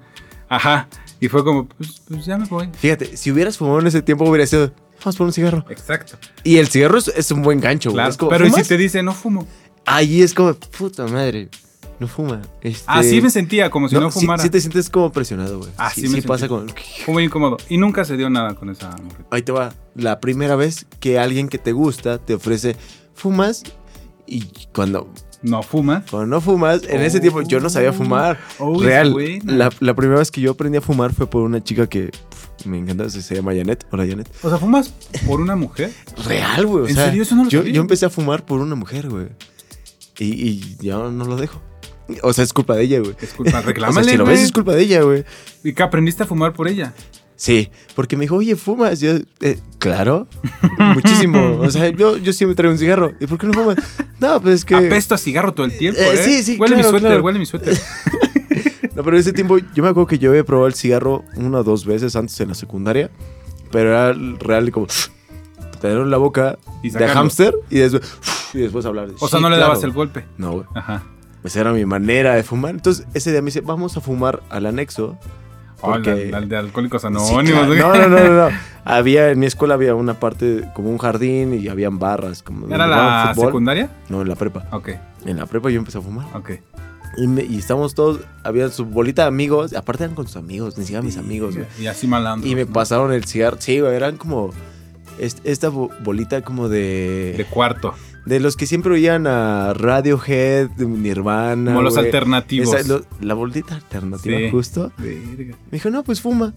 Speaker 1: Ajá. Y fue como, pues, pues ya me voy.
Speaker 2: Fíjate, si hubieras fumado en ese tiempo, hubiera sido, vamos por un cigarro.
Speaker 1: Exacto.
Speaker 2: Y el cigarro es, es un buen gancho, güey.
Speaker 1: Claro.
Speaker 2: Es como,
Speaker 1: Pero ¿y si
Speaker 2: "¿Fumas?".
Speaker 1: te dice, no fumo.
Speaker 2: Ahí es como, puta madre, no fuma. Este,
Speaker 1: Así Ah, me sentía, como si no,
Speaker 2: sí-
Speaker 1: fumara.
Speaker 2: Sí, te sientes como presionado, güey.
Speaker 1: Ah,
Speaker 2: sí,
Speaker 1: sí me
Speaker 2: sí pasa
Speaker 1: sentí.
Speaker 2: con...
Speaker 1: Fue muy incómodo. Y nunca se dio nada con esa morrita.
Speaker 2: Ahí te va. La primera vez que alguien que te gusta te ofrece, fumas y cuando,
Speaker 1: No fumas.
Speaker 2: cuando no fumas, en ese
Speaker 1: Oh.
Speaker 2: tiempo yo no sabía fumar.
Speaker 1: Oh, es
Speaker 2: Real.
Speaker 1: buena.
Speaker 2: La, la primera vez que yo aprendí a fumar fue por una chica que pf, me encanta, se se llama Janet. Hola Janet.
Speaker 1: O sea, fumas por una mujer.
Speaker 2: Real, güey. o
Speaker 1: ¿En
Speaker 2: sea,
Speaker 1: serio? Eso no lo
Speaker 2: yo,
Speaker 1: sabía.
Speaker 2: yo empecé a fumar por una mujer, güey. Y, y ya no lo dejo. O sea, es culpa de ella, güey.
Speaker 1: Es culpa, Pues, reclámale.
Speaker 2: O sea, si lo
Speaker 1: güey.
Speaker 2: ves, es culpa de ella, güey.
Speaker 1: Y que aprendiste a fumar por ella.
Speaker 2: Sí, porque me dijo, oye, fumas. Y Yo, eh, claro, muchísimo. O sea, yo, yo sí me traigo un cigarro. ¿Y por qué no fumas? No, pues es que.
Speaker 1: Apesto a cigarro todo el tiempo.
Speaker 2: Eh,
Speaker 1: Eh,
Speaker 2: sí, sí,
Speaker 1: Huele mi
Speaker 2: claro,
Speaker 1: suéter,
Speaker 2: claro.
Speaker 1: huele mi suéter.
Speaker 2: No, pero en ese tiempo yo me acuerdo que yo había probado el cigarro una o dos veces antes en la secundaria, pero era real como tenerlo en la boca
Speaker 1: Y
Speaker 2: de
Speaker 1: sacarlo.
Speaker 2: hámster y después, y después hablar.
Speaker 1: O sea,
Speaker 2: Sí,
Speaker 1: no le
Speaker 2: claro.
Speaker 1: dabas el golpe.
Speaker 2: No, güey.
Speaker 1: Ajá.
Speaker 2: Esa pues era mi manera de fumar. Entonces ese día me dice, vamos a fumar al anexo.
Speaker 1: Oh, la-
Speaker 2: Porque-
Speaker 1: la de Alcohólicos
Speaker 2: Sí,
Speaker 1: Anónimos.
Speaker 2: claro.
Speaker 1: güey.
Speaker 2: no, no, no, no, no. Había, en mi escuela había una parte, como un jardín y habían barras. Como donde
Speaker 1: ¿Era
Speaker 2: jugaban
Speaker 1: la
Speaker 2: fútbol.
Speaker 1: secundaria?
Speaker 2: No, en la prepa.
Speaker 1: Ok,
Speaker 2: En la prepa yo empecé a fumar.
Speaker 1: ok.
Speaker 2: Y, me- y estábamos todos, había su bolita de amigos. Aparte eran con sus amigos, ni siquiera mis amigos, güey.
Speaker 1: Y así malandro.
Speaker 2: Y me pasaron el cigarro. Sí, güey, eran como est- esta bo- bolita como
Speaker 1: De
Speaker 2: de...
Speaker 1: cuarto.
Speaker 2: De los que siempre oían a Radiohead, Nirvana.
Speaker 1: Como los
Speaker 2: güey.
Speaker 1: alternativos.
Speaker 2: Esa- lo- la bolita alternativa,
Speaker 1: Sí.
Speaker 2: justo.
Speaker 1: Verga.
Speaker 2: Me dijo, no, pues fuma.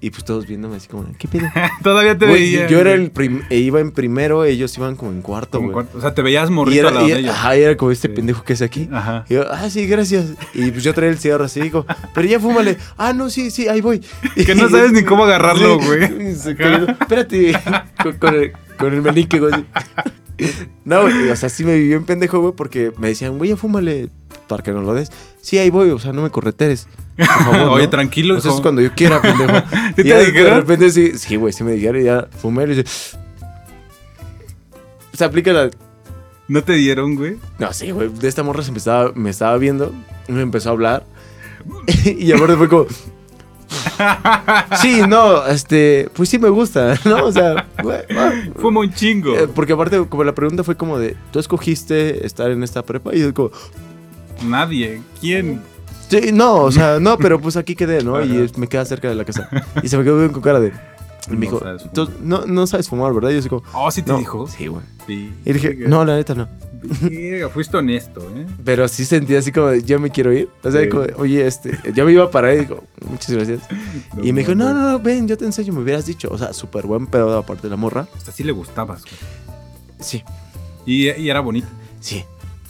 Speaker 2: Y pues todos viéndome así como, ¿qué pedo?
Speaker 1: Todavía te
Speaker 2: Güey,
Speaker 1: veía.
Speaker 2: yo era
Speaker 1: güey.
Speaker 2: el prim- e iba en primero, ellos iban como en cuarto,
Speaker 1: Como
Speaker 2: güey.
Speaker 1: cuarto. O sea, te veías morrito
Speaker 2: Y
Speaker 1: al
Speaker 2: era,
Speaker 1: lado
Speaker 2: y-
Speaker 1: de ellos.
Speaker 2: ajá, y era como este
Speaker 1: Sí.
Speaker 2: pendejo que es aquí.
Speaker 1: Ajá.
Speaker 2: Y yo, ah, sí, gracias. Y pues yo traía el cigarro así, digo, pero ya fúmale. Ah, no, sí, sí, ahí voy.
Speaker 1: Que no sabes ni cómo agarrarlo, güey.
Speaker 2: Se cayó. Espérate, con, con el, con el meñique, güey. No, güey, o sea, sí me vivió en pendejo, güey, porque me decían, güey, ya fúmale para que no lo des. Sí, ahí voy, o sea, no me correteres. Por favor,
Speaker 1: Oye,
Speaker 2: ¿no?
Speaker 1: tranquilo.
Speaker 2: O sea,
Speaker 1: hijo.
Speaker 2: es cuando yo quiera, pendejo.
Speaker 1: ¿Sí
Speaker 2: Y
Speaker 1: te
Speaker 2: ya De
Speaker 1: dijeron?
Speaker 2: repente sí, sí, güey, sí me dijeron y ya fumé y dije, se aplica la...
Speaker 1: No te dieron, güey.
Speaker 2: No, sí, güey, de esta morra se me estaba, me estaba viendo, me empezó a hablar y aparte fue como... Sí, no, este, pues sí me gusta, ¿no? O sea, güey, ah,
Speaker 1: Fuma un chingo.
Speaker 2: eh, porque aparte como la pregunta fue como de, ¿tú escogiste estar en esta prepa? Y yo como,
Speaker 1: Nadie. ¿Quién?
Speaker 2: Sí, no, o sea, no, pero pues aquí quedé, ¿no? Y
Speaker 1: Ajá.
Speaker 2: es- me queda cerca de la casa. Y se me quedó bien con cara de. Y me
Speaker 1: No
Speaker 2: dijo,
Speaker 1: sabes
Speaker 2: "Tú no, no sabes fumar, ¿verdad? Y yo así como.
Speaker 1: Oh, sí te
Speaker 2: no.
Speaker 1: dijo.
Speaker 2: Sí, güey.
Speaker 1: Sí.
Speaker 2: Y dije, no, la neta no.
Speaker 1: Verga, Fuiste honesto, ¿eh?
Speaker 2: Pero sí sentí así como, de, ya me quiero ir. O sea,
Speaker 1: Sí.
Speaker 2: como, de, oye, este. Yo me iba a parar y digo, muchas gracias. y me dijo, no, no, no, ven, yo te enseño, me hubieras dicho. O sea, súper buen pedo aparte de la morra.
Speaker 1: Hasta sí le gustabas, güey.
Speaker 2: Sí,
Speaker 1: Y, y era bonito.
Speaker 2: sí.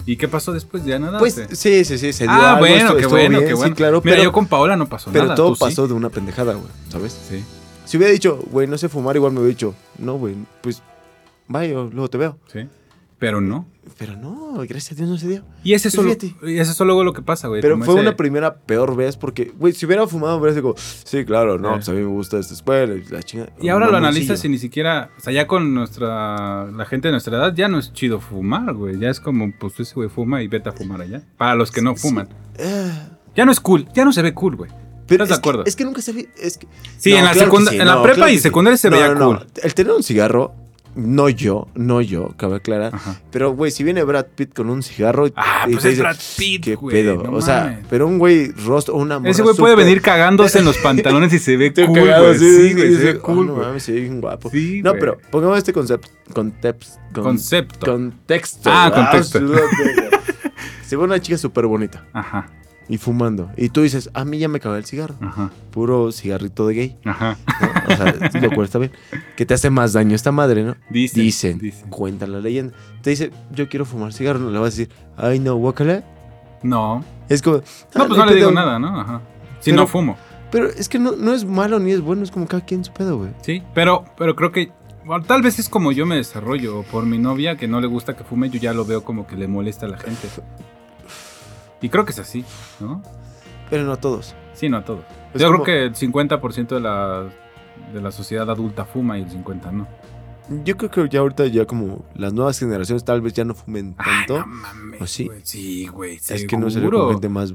Speaker 1: ¿Y qué pasó después? ¿Ya nada?
Speaker 2: Pues
Speaker 1: ¿O qué?
Speaker 2: sí, sí, sí, se dio
Speaker 1: ah,
Speaker 2: algo,
Speaker 1: bueno,
Speaker 2: estuvo-
Speaker 1: qué
Speaker 2: estuvo
Speaker 1: bueno,
Speaker 2: bien,
Speaker 1: qué bueno.
Speaker 2: Sí, claro,
Speaker 1: Mira,
Speaker 2: pero,
Speaker 1: yo con Paola no pasó
Speaker 2: pero
Speaker 1: nada.
Speaker 2: todo
Speaker 1: ¿tú sí?
Speaker 2: pasó de una pendejada, güey, ¿sabes?
Speaker 1: Sí.
Speaker 2: Si hubiera dicho, güey, no sé fumar, igual me hubiera dicho, no, güey, pues vaya, luego te veo.
Speaker 1: Sí. Pero no.
Speaker 2: Pero no, gracias a Dios no se dio.
Speaker 1: Y ese es
Speaker 2: Pero
Speaker 1: solo,
Speaker 2: Pues fíjate.
Speaker 1: y ese es solo luego lo que pasa, güey.
Speaker 2: Pero
Speaker 1: Eh, como
Speaker 2: fue
Speaker 1: ese-
Speaker 2: una primera peor vez porque, güey, si hubiera fumado, hubiera sido como, sí, claro, no,
Speaker 1: Sí.
Speaker 2: pues a mí me gusta esta escuela y la chinga.
Speaker 1: Eh. Y ahora lo analizas y
Speaker 2: y...
Speaker 1: ni siquiera, o sea, ya con nuestra, la gente de nuestra edad ya no es chido fumar, güey. Ya es como, pues ese güey fuma y vete a fumar allá. Para los que no
Speaker 2: Sí. Eh,
Speaker 1: fuman. Ya no es cool, ya no se ve cool, güey.
Speaker 2: pero
Speaker 1: ¿Estás de
Speaker 2: es que-
Speaker 1: acuerdo?
Speaker 2: es que nunca se vi. Es que,
Speaker 1: Sí,
Speaker 2: No,
Speaker 1: en la,
Speaker 2: claro que
Speaker 1: secunda,
Speaker 2: sí,
Speaker 1: en la
Speaker 2: no,
Speaker 1: prepa
Speaker 2: claro
Speaker 1: y
Speaker 2: que sí.
Speaker 1: secundaria se
Speaker 2: No,
Speaker 1: veía
Speaker 2: no, no,
Speaker 1: cool.
Speaker 2: El tener un cigarro, no yo, no yo, cabe aclarar.
Speaker 1: Ajá.
Speaker 2: Pero, güey, si viene Brad Pitt con un cigarro. y-
Speaker 1: Ah,
Speaker 2: y
Speaker 1: pues
Speaker 2: te
Speaker 1: es
Speaker 2: dice,
Speaker 1: Brad Pitt,
Speaker 2: ¿Qué
Speaker 1: güey,
Speaker 2: pedo?
Speaker 1: no
Speaker 2: o sea,
Speaker 1: mames.
Speaker 2: pero un güey rostro, una morra
Speaker 1: Ese güey puede
Speaker 2: súper-
Speaker 1: venir cagándose en los pantalones y se ve
Speaker 2: Estoy
Speaker 1: cool,
Speaker 2: cagado,
Speaker 1: güey.
Speaker 2: sí,
Speaker 1: Sí,
Speaker 2: sí,
Speaker 1: güey,
Speaker 2: sí,
Speaker 1: se ve
Speaker 2: sí.
Speaker 1: cool,
Speaker 2: Ah, no
Speaker 1: güey.
Speaker 2: mames, se ve bien guapo.
Speaker 1: Sí,
Speaker 2: no,
Speaker 1: güey.
Speaker 2: pero pongamos este concepto. Conteps, con-
Speaker 1: Concepto.
Speaker 2: Contexto.
Speaker 1: Ah, contexto.
Speaker 2: absolutamente. se ve una chica súper bonita
Speaker 1: Ajá,
Speaker 2: y fumando. Y tú dices, a mí ya me acabó el cigarro.
Speaker 1: ajá,
Speaker 2: Puro cigarrito de gay.
Speaker 1: ajá.
Speaker 2: ¿no? O sea, lo cual está bien. Que te hace más daño esta madre, ¿no?
Speaker 1: Dicen,
Speaker 2: Dicen,
Speaker 1: dicen.
Speaker 2: cuenta la leyenda. Te dice, yo quiero fumar cigarro. No le vas a decir, ay, no, guacala.
Speaker 1: No.
Speaker 2: Es como.
Speaker 1: No,
Speaker 2: "Ah,
Speaker 1: pues no le
Speaker 2: te
Speaker 1: digo
Speaker 2: da-
Speaker 1: nada, ¿no? Ajá. Si
Speaker 2: Pero-
Speaker 1: no fumo.
Speaker 2: Pero es que no, no es malo ni es bueno, es como cada quien su pedo, güey.
Speaker 1: Sí, pero, pero creo que Bueno, tal vez es como yo me desarrollo, o por mi novia que no le gusta que fume, yo ya lo veo como que le molesta a la gente. Y creo que es así, ¿no?
Speaker 2: Pero no a todos.
Speaker 1: Sí, no a todos.
Speaker 2: Es
Speaker 1: yo
Speaker 2: como-
Speaker 1: creo que el 50% de la, de la sociedad adulta fuma y el 50% no.
Speaker 2: Yo creo que ya ahorita ya como las nuevas generaciones tal vez ya no fumen
Speaker 1: Ay,
Speaker 2: tanto.
Speaker 1: Ah, no mames,
Speaker 2: ¿O sí?
Speaker 1: güey. Sí, güey,
Speaker 2: es que no se le
Speaker 1: seguro.
Speaker 2: gente más.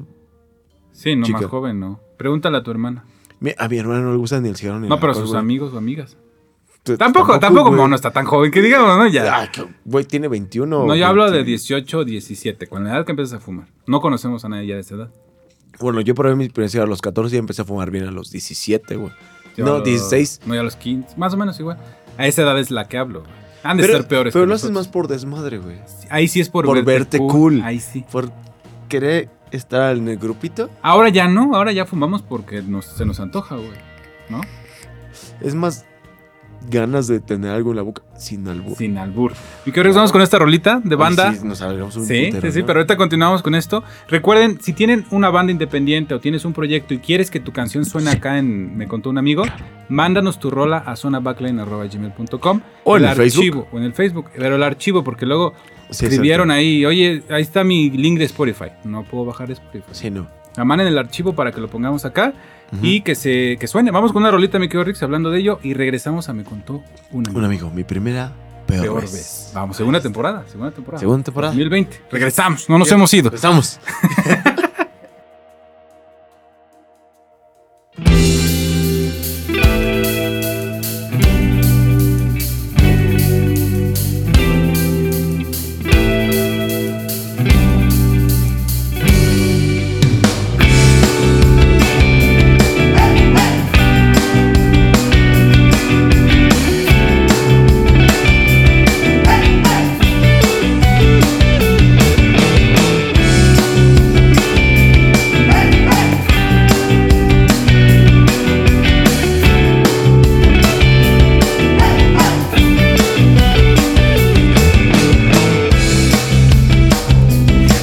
Speaker 1: Sí, no
Speaker 2: Chica.
Speaker 1: más joven, ¿no? Pregúntale a tu hermana.
Speaker 2: Mi- A mi hermana no le gusta ni el cigarro ni el
Speaker 1: No, pero
Speaker 2: alcohol,
Speaker 1: sus
Speaker 2: güey.
Speaker 1: amigos o amigas.
Speaker 2: T-
Speaker 1: Pues Tampoco, tampoco,
Speaker 2: güey.
Speaker 1: como no está tan joven, que digamos, ¿no? Ya.
Speaker 2: Ah, que- Güey, tiene 21.
Speaker 1: No, yo hablo de
Speaker 2: 20.
Speaker 1: 18 17, con la edad que empiezas a fumar. No conocemos a nadie ya de esa edad.
Speaker 2: Bueno, yo probé mi primer cigarro a los 14 y empecé a fumar bien a los 17, güey.
Speaker 1: Yo a
Speaker 2: no,
Speaker 1: los-
Speaker 2: 16.
Speaker 1: No, ya a los 15, más o menos igual. A esa edad es la que hablo. güey. Han de ser peores.
Speaker 2: pero
Speaker 1: que
Speaker 2: lo haces más
Speaker 1: nosotros.
Speaker 2: por desmadre, güey.
Speaker 1: Ahí sí es por,
Speaker 2: por verte cool.
Speaker 1: Ahí sí.
Speaker 2: Por querer estar en el grupito.
Speaker 1: Ahora ya no, ahora ya fumamos porque nos- se nos antoja, güey. ¿No?
Speaker 2: Es más ganas de tener algo en la boca sin albur.
Speaker 1: Sin albur. Y que regresamos con esta rolita de
Speaker 2: Ay,
Speaker 1: banda.
Speaker 2: Sí, nos alargamos un
Speaker 1: Sí,
Speaker 2: putero,
Speaker 1: sí, sí,
Speaker 2: ¿no?
Speaker 1: pero ahorita continuamos con esto. Recuerden, si tienen una banda independiente o tienes un proyecto y quieres que tu canción suene acá en Me Contó un Amigo, mándanos tu rola a zonabackline.gmail.com
Speaker 2: O en el Facebook.
Speaker 1: archivo, O en el Facebook, pero el archivo, porque luego
Speaker 2: Sí,
Speaker 1: escribieron ahí, oye, ahí está mi link de Spotify. No puedo bajar Spotify.
Speaker 2: exacto. Sí, no.
Speaker 1: La manden el archivo para que lo pongamos acá
Speaker 2: Ujú.
Speaker 1: y que se que suene. Vamos con una rolita, mi querido Rix, hablando de ello y regresamos a Me Contó un Amigo.
Speaker 2: Un amigo, mi primera peor,
Speaker 1: Peor
Speaker 2: vez.
Speaker 1: vez. Vamos, segunda temporada, segunda temporada.
Speaker 2: Segunda temporada.
Speaker 1: 2020. Regresamos, no nos hemos ido.
Speaker 2: Estamos.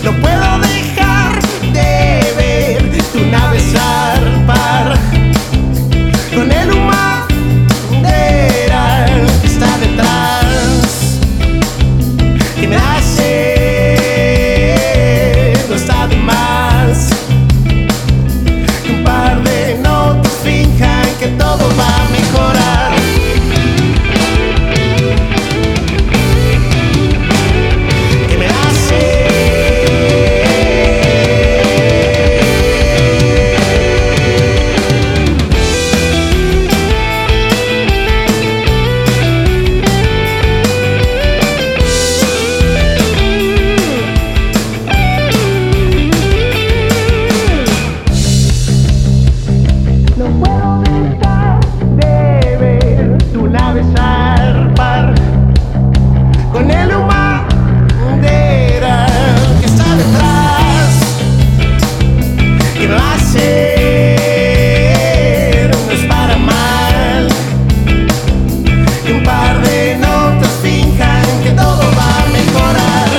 Speaker 3: No puedo dejar de ver tu nave zarpar Con el humadera que está detrás Que me hace no está de más Que un par de notas finjan que todo va a mejorar que me hace. No puedo dejar de ver tu nave zarpar con el humadera que está detrás que lo hace no es para mal que un par de notas finjan que todo va a mejorar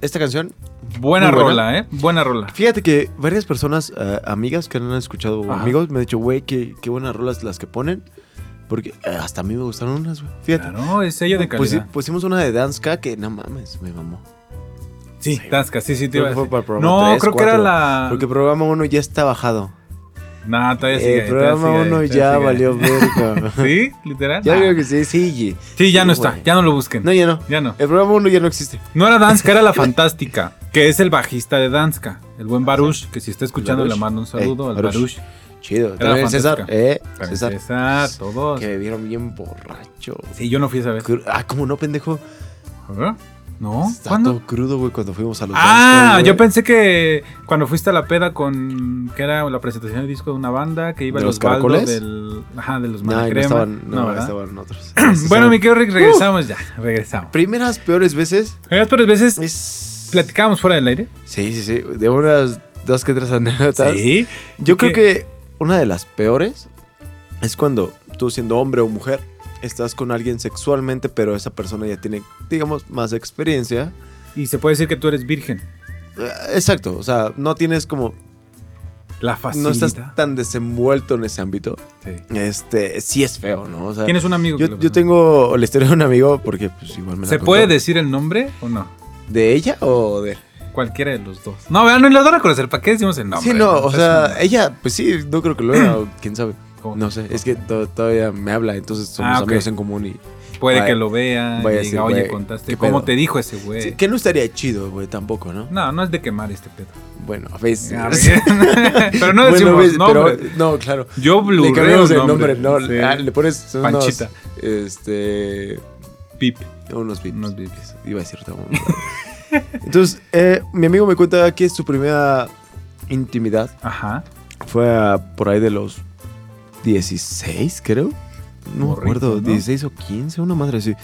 Speaker 2: Esta canción
Speaker 1: Buena
Speaker 2: Muy buena.
Speaker 1: rola, ¿eh? Buena rola.
Speaker 2: Fíjate que varias personas, eh, amigas que no han escuchado, o
Speaker 1: Ajá.
Speaker 2: amigos, me han dicho, güey, qué, qué buenas rolas las que ponen. Porque eh, hasta a mí me gustaron unas, güey. Fíjate. Pues
Speaker 1: Claro, es sello de
Speaker 2: Pusi-
Speaker 1: calidad.
Speaker 2: pusimos una de Danska que no mames, me mamó.
Speaker 1: sí, Tasca, sí, sí, te
Speaker 2: Creo
Speaker 1: iba a
Speaker 2: que fue
Speaker 1: decir.
Speaker 2: para el programa
Speaker 1: No,
Speaker 2: tres,
Speaker 1: creo que era
Speaker 2: cuatro,
Speaker 1: la.
Speaker 2: Porque programa uno ya está bajado.
Speaker 1: No, todavía sigue.
Speaker 2: El programa
Speaker 1: todavía sigue,
Speaker 2: 1
Speaker 1: todavía
Speaker 2: ya
Speaker 1: sigue.
Speaker 2: valió verga.
Speaker 1: ¿Sí? ¿Literal?
Speaker 2: Ya
Speaker 1: Ah.
Speaker 2: creo que sí, sí.
Speaker 1: Sí, ya no
Speaker 2: Sí,
Speaker 1: está.
Speaker 2: güey.
Speaker 1: Ya no lo busquen.
Speaker 2: No, ya no.
Speaker 1: Ya no.
Speaker 2: El programa 1 ya no existe.
Speaker 1: No era Danska, era la Fantástica, que es el bajista de Danska, el buen Baruch, que si está escuchando
Speaker 2: Baruch.
Speaker 1: le mando un saludo
Speaker 2: Eh,
Speaker 1: al
Speaker 2: Baruch.
Speaker 1: Baruch.
Speaker 2: Chido.
Speaker 1: Era
Speaker 2: También César.
Speaker 1: fantástica.
Speaker 2: Eh,
Speaker 1: Para
Speaker 2: César.
Speaker 1: empezar, todos.
Speaker 2: Que me vieron bien borracho.
Speaker 1: Sí, yo no fui esa vez.
Speaker 2: Cru- Ah, ¿cómo no, pendejo?
Speaker 1: ¿Ah? ¿No?
Speaker 2: Está
Speaker 1: ¿Cuándo?
Speaker 2: todo crudo, güey, cuando fuimos a los
Speaker 1: Ah,
Speaker 2: Dance, güey.
Speaker 1: yo pensé que cuando fuiste a la peda con que era la presentación del disco de una banda que iba
Speaker 2: ¿De
Speaker 1: los
Speaker 2: los
Speaker 1: baldos
Speaker 2: caracoles?
Speaker 1: del ajá, de los
Speaker 2: No, ahí no
Speaker 1: Manacrema.
Speaker 2: estaban,
Speaker 1: No,
Speaker 2: no,
Speaker 1: ¿verdad?
Speaker 2: estaban otros.
Speaker 1: Bueno, mi querido Rick, regresamos ya, regresamos.
Speaker 2: Primeras peores veces
Speaker 1: Las otras veces
Speaker 2: es...
Speaker 1: platicábamos fuera del aire.
Speaker 2: Sí, sí, sí. De unas dos que tres anécdotas.
Speaker 1: Sí.
Speaker 2: Yo
Speaker 1: ¿Qué?
Speaker 2: creo que una de las peores es cuando tú siendo hombre o mujer estás con alguien sexualmente, pero esa persona ya tiene, digamos, más experiencia.
Speaker 1: Y se puede decir que tú eres virgen.
Speaker 2: Eh, Exacto, o sea, no tienes como,
Speaker 1: La
Speaker 2: no
Speaker 1: facilita.
Speaker 2: estás tan desenvuelto en ese ámbito.
Speaker 1: Sí.
Speaker 2: Este, sí es feo, ¿no? O sea,
Speaker 1: Tienes un amigo. que
Speaker 2: yo,
Speaker 1: lo
Speaker 2: yo
Speaker 1: pasó?
Speaker 2: tengo la historia de un amigo porque pues igual me la
Speaker 1: ¿Se
Speaker 2: contó.
Speaker 1: puede decir el nombre o no?
Speaker 2: ¿De ella o de...?
Speaker 1: Cualquiera de los dos. No, vean, no les van a conocer. ¿Para qué decimos el nombre?
Speaker 2: sí, no, o
Speaker 1: Es
Speaker 2: sea,
Speaker 1: un-
Speaker 2: ella, pues sí, no creo que lo era, o quién sabe.
Speaker 1: ¿Cómo?
Speaker 2: No sé, es que to- todavía me habla, entonces somos
Speaker 1: Ah, ok.
Speaker 2: amigos en común y...
Speaker 1: Puede
Speaker 2: Vaya-
Speaker 1: que lo vean. y
Speaker 2: vaya a decir,
Speaker 1: diga, oye,
Speaker 2: güey,
Speaker 1: contaste.
Speaker 2: ¿qué
Speaker 1: ¿Cómo
Speaker 2: pedo?
Speaker 1: te dijo ese güey?
Speaker 2: Sí, que no estaría chido, güey, tampoco, ¿no?
Speaker 1: No, no es de quemar este pedo.
Speaker 2: Bueno, a veces...
Speaker 1: A ver. pero no decimos
Speaker 2: Bueno, ves, pero-
Speaker 1: nombres.
Speaker 2: no, claro.
Speaker 1: Yo
Speaker 2: Le
Speaker 1: blurreo
Speaker 2: cambiamos
Speaker 1: el
Speaker 2: el nombre, ¿no?
Speaker 1: Sí.
Speaker 2: Ah, le pones unos...
Speaker 1: Panchita.
Speaker 2: Este...
Speaker 1: Pip.
Speaker 2: Unos bips.
Speaker 1: Unos bips.
Speaker 2: Iba a decir otra mamada. Entonces, eh, mi amigo me cuenta que su primera intimidad
Speaker 1: Ajá.
Speaker 2: Fue a- por ahí de los 16, creo. No me
Speaker 1: Morrito,
Speaker 2: acuerdo,
Speaker 1: ¿no?
Speaker 2: 16 o 15, una madre así.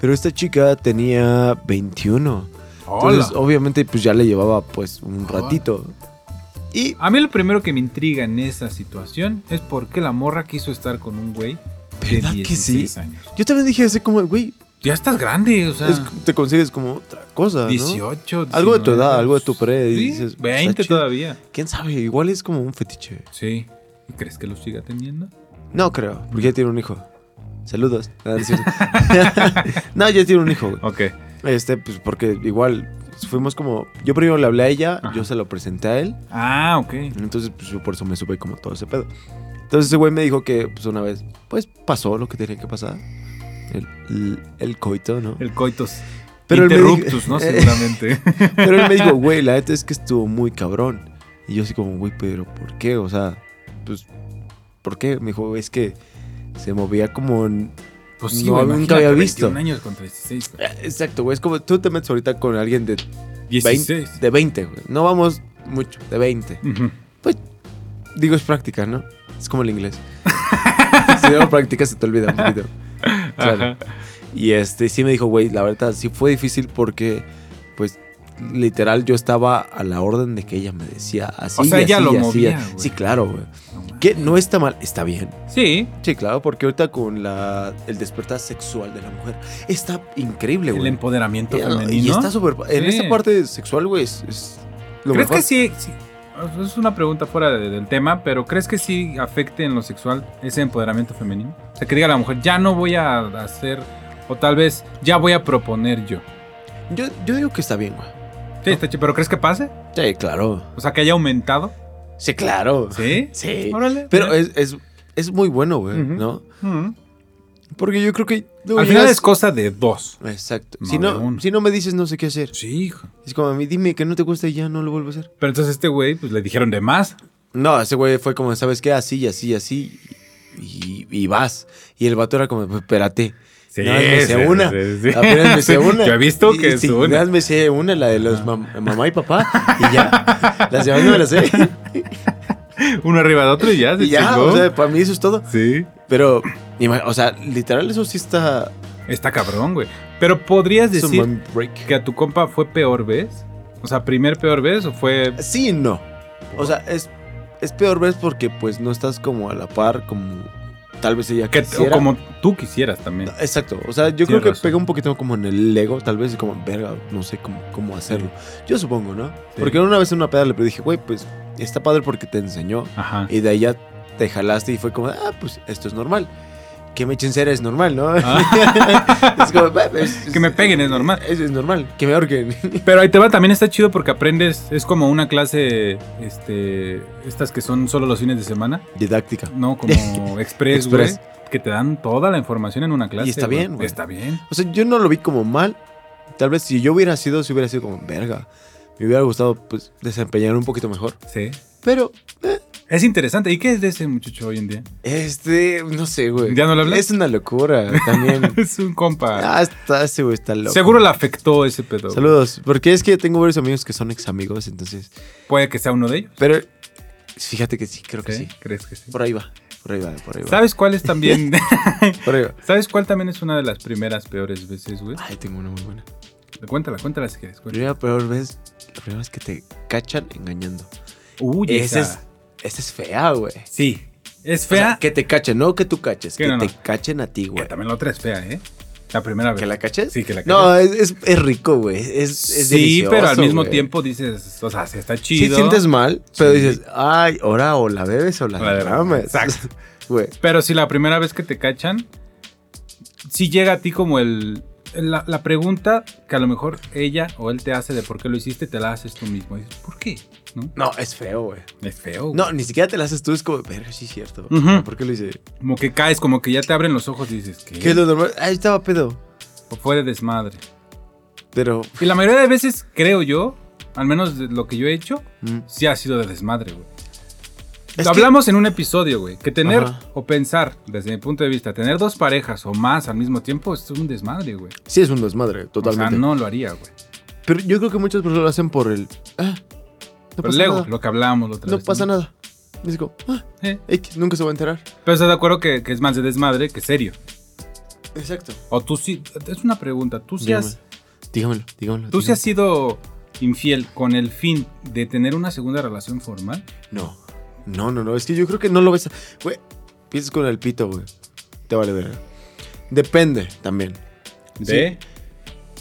Speaker 2: Pero esta chica tenía 21. Entonces,
Speaker 1: Hola.
Speaker 2: obviamente, pues ya le llevaba pues un ratito. Y,
Speaker 1: A mí lo primero que me intriga en esa situación es por qué la morra quiso estar con un güey de
Speaker 2: ¿verdad que sí?
Speaker 1: 16 años.
Speaker 2: Yo también dije así como, güey,
Speaker 1: Ya estás grande, o sea,
Speaker 2: es- te consigues como otra cosa, ¿no?
Speaker 1: 18,
Speaker 2: Algo de tu
Speaker 1: 19,
Speaker 2: edad, algo de tu pre, y
Speaker 1: Sí,
Speaker 2: dices, está
Speaker 1: 20
Speaker 2: chido.
Speaker 1: todavía.
Speaker 2: ¿Quién sabe? Igual es como un fetiche.
Speaker 1: Sí. ¿Y crees que lo siga teniendo?
Speaker 2: No creo, porque ya tiene un hijo. Saludos. Ah, no es cierto. no, ya tiene un hijo, güey.
Speaker 1: Ok.
Speaker 2: Este, pues porque igual pues, fuimos como. Yo primero le hablé a ella,
Speaker 1: Ajá.
Speaker 2: yo se lo presenté a él.
Speaker 1: Ah, ok.
Speaker 2: Entonces, pues yo por eso me supe como todo ese pedo. Entonces, ese güey me dijo que, pues una vez, pues pasó lo que tenía que pasar. El, el- el coito, ¿no?
Speaker 1: El coitos.
Speaker 2: Pero él me dijo-
Speaker 1: Interruptus, ¿no? Seguramente.
Speaker 2: Pero él me dijo, güey, la neta es que estuvo muy cabrón. Y yo, así como, güey, pero ¿por qué? O sea, pues, ¿por qué? Me dijo, es que se movía como. en-
Speaker 1: Pues sí,
Speaker 2: No,
Speaker 1: güey,
Speaker 2: nunca
Speaker 1: imagínate,
Speaker 2: había visto.
Speaker 1: 21 años contra 16. güey.
Speaker 2: Exacto, güey. Es como tú te metes ahorita con alguien de
Speaker 1: 16.
Speaker 2: 20, de 20, güey. No vamos mucho, de 20.
Speaker 1: Ujú.
Speaker 2: Digo, es práctica, ¿no? Es como el inglés. si no lo practicas, se te olvida un poquito. Claro.
Speaker 1: Ajá.
Speaker 2: Y este, sí me dijo, güey, la verdad, sí fue difícil porque, pues, literal, yo estaba a la orden de que ella me decía así.
Speaker 1: O sea,
Speaker 2: y
Speaker 1: ella
Speaker 2: así,
Speaker 1: lo
Speaker 2: y así,
Speaker 1: movía,
Speaker 2: y-
Speaker 1: güey.
Speaker 2: Sí, claro, güey.
Speaker 1: No mames.
Speaker 2: Que no está mal, está bien.
Speaker 1: Sí,
Speaker 2: Sí, claro, porque ahorita con la, el despertar sexual de la mujer está increíble,
Speaker 1: el
Speaker 2: güey.
Speaker 1: empoderamiento
Speaker 2: Y-
Speaker 1: femenino.
Speaker 2: Y está súper. En
Speaker 1: Sí.
Speaker 2: esta parte sexual, güey, es, es lo
Speaker 1: ¿Crees
Speaker 2: mejor.
Speaker 1: que sí, sí- Es una pregunta fuera de- del tema, pero ¿crees que sí afecte en lo sexual ese empoderamiento femenino? O sea, que diga la mujer, ya no voy a hacer, o tal vez ya voy a proponer yo.
Speaker 2: Yo, yo digo que está bien, güey.
Speaker 1: Sí, está chido, pero ¿crees que pase?
Speaker 2: Sí, claro.
Speaker 1: O sea, que haya aumentado.
Speaker 2: Sí, claro.
Speaker 1: ¿Sí?
Speaker 2: Sí.
Speaker 1: Órale.
Speaker 2: Pero
Speaker 1: mira.
Speaker 2: es, es, es muy bueno, güey,
Speaker 1: Ujú.
Speaker 2: ¿no?
Speaker 1: Ujú.
Speaker 2: Porque yo creo que. luego
Speaker 1: Al final
Speaker 2: llegas-
Speaker 1: es cosa de dos.
Speaker 2: Exacto.
Speaker 1: No,
Speaker 2: si,
Speaker 1: de uno.
Speaker 2: no, si no me dices, no sé qué hacer.
Speaker 1: Sí, hijo.
Speaker 2: Es como a mí, dime que no te gusta y ya no lo vuelvo a hacer.
Speaker 1: Pero entonces este güey, pues le dijeron de más.
Speaker 2: No, ese güey fue como, ¿sabes qué? Así, y así, y así. Y, y vas. Y el vato era como, pues, espérate.
Speaker 1: Sí,
Speaker 2: No, me sé
Speaker 1: sí,
Speaker 2: una.
Speaker 1: sí, sí.
Speaker 2: Apenas me sé una.
Speaker 1: Yo he visto
Speaker 2: Y-
Speaker 1: que es
Speaker 2: sí,
Speaker 1: una.
Speaker 2: nada más me sé una, la de los mam- mamá y papá. Y ya. Las demás no me las sé.
Speaker 1: Uno arriba de otro y ya se
Speaker 2: Y ya,
Speaker 1: chingó.
Speaker 2: o sea, para mí eso es todo.
Speaker 1: Sí.
Speaker 2: Pero, ima- o sea, literal, eso sí está.
Speaker 1: Está cabrón, güey. Pero podrías
Speaker 2: es un
Speaker 1: decir
Speaker 2: mind break.
Speaker 1: que a tu compa fue peor vez. O sea, primer peor vez o fue.
Speaker 2: Sí y no. O sea, es, es peor vez porque pues no estás como a la par, como tal vez ella
Speaker 1: que- o
Speaker 2: quisiera.
Speaker 1: como tú quisieras también.
Speaker 2: Exacto. O sea, yo
Speaker 1: Tienes
Speaker 2: creo que
Speaker 1: razón.
Speaker 2: pega un poquito como en el ego, tal vez y como, verga, no sé cómo, cómo hacerlo. Yo supongo, ¿no? Porque una vez en una peda le dije, güey, pues está padre porque te enseñó.
Speaker 1: Ajá.
Speaker 2: Y de ahí ya te jalaste y fue como, ah, pues esto es normal. que me echen cera es normal, ¿no? Es como, bah, es-
Speaker 1: Ah. Que me peguen es normal.
Speaker 2: Eso es normal, que me ahorquen.
Speaker 1: Pero ahí te va, también está chido porque aprendes, es como una clase, este, estas que son solo los fines de semana,
Speaker 2: Didáctica.
Speaker 1: no como express, güey,
Speaker 2: Express.
Speaker 1: que te dan toda la información en una clase.
Speaker 2: Y está bien, güey.
Speaker 1: Está bien.
Speaker 2: O sea, yo no lo vi como mal. Tal vez si yo hubiera sido, si hubiera sido como, verga. Me hubiera gustado pues, desempeñar un poquito mejor.
Speaker 1: Sí.
Speaker 2: Pero,
Speaker 1: Es interesante. ¿Y qué es de ese muchacho hoy en día?
Speaker 2: este, no sé, güey.
Speaker 1: ¿Ya no le hablas?
Speaker 2: Es una locura también.
Speaker 1: Es un compa.
Speaker 2: ah, está, ese güey está loco.
Speaker 1: Seguro le afectó ese pedo. güey.
Speaker 2: Saludos, porque es que tengo varios amigos que son ex amigos, entonces.
Speaker 1: Puede que sea uno de ellos.
Speaker 2: Pero fíjate que sí, creo que sí.
Speaker 1: ¿Crees que sí?
Speaker 2: Por ahí va, por ahí va, por ahí va.
Speaker 1: ¿Sabes cuál es también?
Speaker 2: Por ahí va.
Speaker 1: ¿Sabes cuál también es una de las primeras peores veces, güey?
Speaker 2: Ay, tengo una muy buena.
Speaker 1: Cuéntala, cuéntala si quieres.
Speaker 2: La
Speaker 1: cuéntala.
Speaker 2: primera peor vez, la primera vez que te cachan engañando.
Speaker 1: Uy,
Speaker 2: Esa
Speaker 1: esa.
Speaker 2: es, esa es fea, güey.
Speaker 1: Sí. Es
Speaker 2: O sea,
Speaker 1: fea.
Speaker 2: que te cachen, no que tú caches,
Speaker 1: Que
Speaker 2: que
Speaker 1: no,
Speaker 2: te
Speaker 1: no.
Speaker 2: cachen a ti,
Speaker 1: Que
Speaker 2: güey.
Speaker 1: también la otra es fea, ¿eh? La primera vez.
Speaker 2: ¿Que la caches?
Speaker 1: Sí, que la
Speaker 2: No, es, es, es rico, güey. Es, es
Speaker 1: sí,
Speaker 2: delicioso,
Speaker 1: pero al mismo
Speaker 2: güey.
Speaker 1: tiempo dices, o sea, sí está
Speaker 2: Sí,
Speaker 1: chido.
Speaker 2: sientes mal, pero
Speaker 1: Sí.
Speaker 2: dices, ay, ahora o la bebes o la
Speaker 1: Vale,
Speaker 2: derramas.
Speaker 1: Exacto.
Speaker 2: Güey.
Speaker 1: Pero si la primera vez que te cachan, sí llega a ti como el. La, la pregunta que a lo mejor ella o él te hace de por qué lo hiciste, te la haces tú mismo. Y dices, ¿por qué? ¿No?
Speaker 2: No, es feo, güey.
Speaker 1: Es feo. güey.
Speaker 2: No, ni siquiera te la haces tú, es como, pero sí es cierto.
Speaker 1: Ujú.
Speaker 2: ¿Por qué lo hice?
Speaker 1: Como que caes, como que ya te abren los ojos y dices, ¿qué?
Speaker 2: ¿Qué es lo normal? Ahí estaba pedo.
Speaker 1: O fue de desmadre.
Speaker 2: Pero.
Speaker 1: Y la mayoría de veces, creo yo, al menos de lo que yo he hecho,
Speaker 2: mm,
Speaker 1: sí ha sido de desmadre, güey.
Speaker 2: es
Speaker 1: Lo
Speaker 2: que-
Speaker 1: hablamos en un episodio, güey, que tener
Speaker 2: Ajá.
Speaker 1: o pensar, desde mi punto de vista, tener dos parejas o más al mismo tiempo es un desmadre, güey.
Speaker 2: Sí, es un desmadre, totalmente.
Speaker 1: O sea, no lo haría, güey.
Speaker 2: Pero yo creo que muchas personas lo hacen por el. Ah, no
Speaker 1: Pero
Speaker 2: pasa
Speaker 1: luego,
Speaker 2: nada.
Speaker 1: lo que hablábamos la otra
Speaker 2: No
Speaker 1: vez,
Speaker 2: pasa nada. Es como, ah,
Speaker 1: Eh,
Speaker 2: X, nunca se va a enterar.
Speaker 1: Pero estás de acuerdo que, que es más de desmadre que serio.
Speaker 2: Exacto.
Speaker 1: O tú sí, es una pregunta, tú sí
Speaker 2: Dígamelo,
Speaker 1: has,
Speaker 2: dígamelo, dígamelo.
Speaker 1: tú sí
Speaker 2: dígamelo.
Speaker 1: has sido infiel con el fin de tener una segunda relación formal.
Speaker 2: No. No, no, no. Es que yo creo que no lo ves. Güey, piensas con el pito, güey. Te vale verga. Depende también.
Speaker 1: De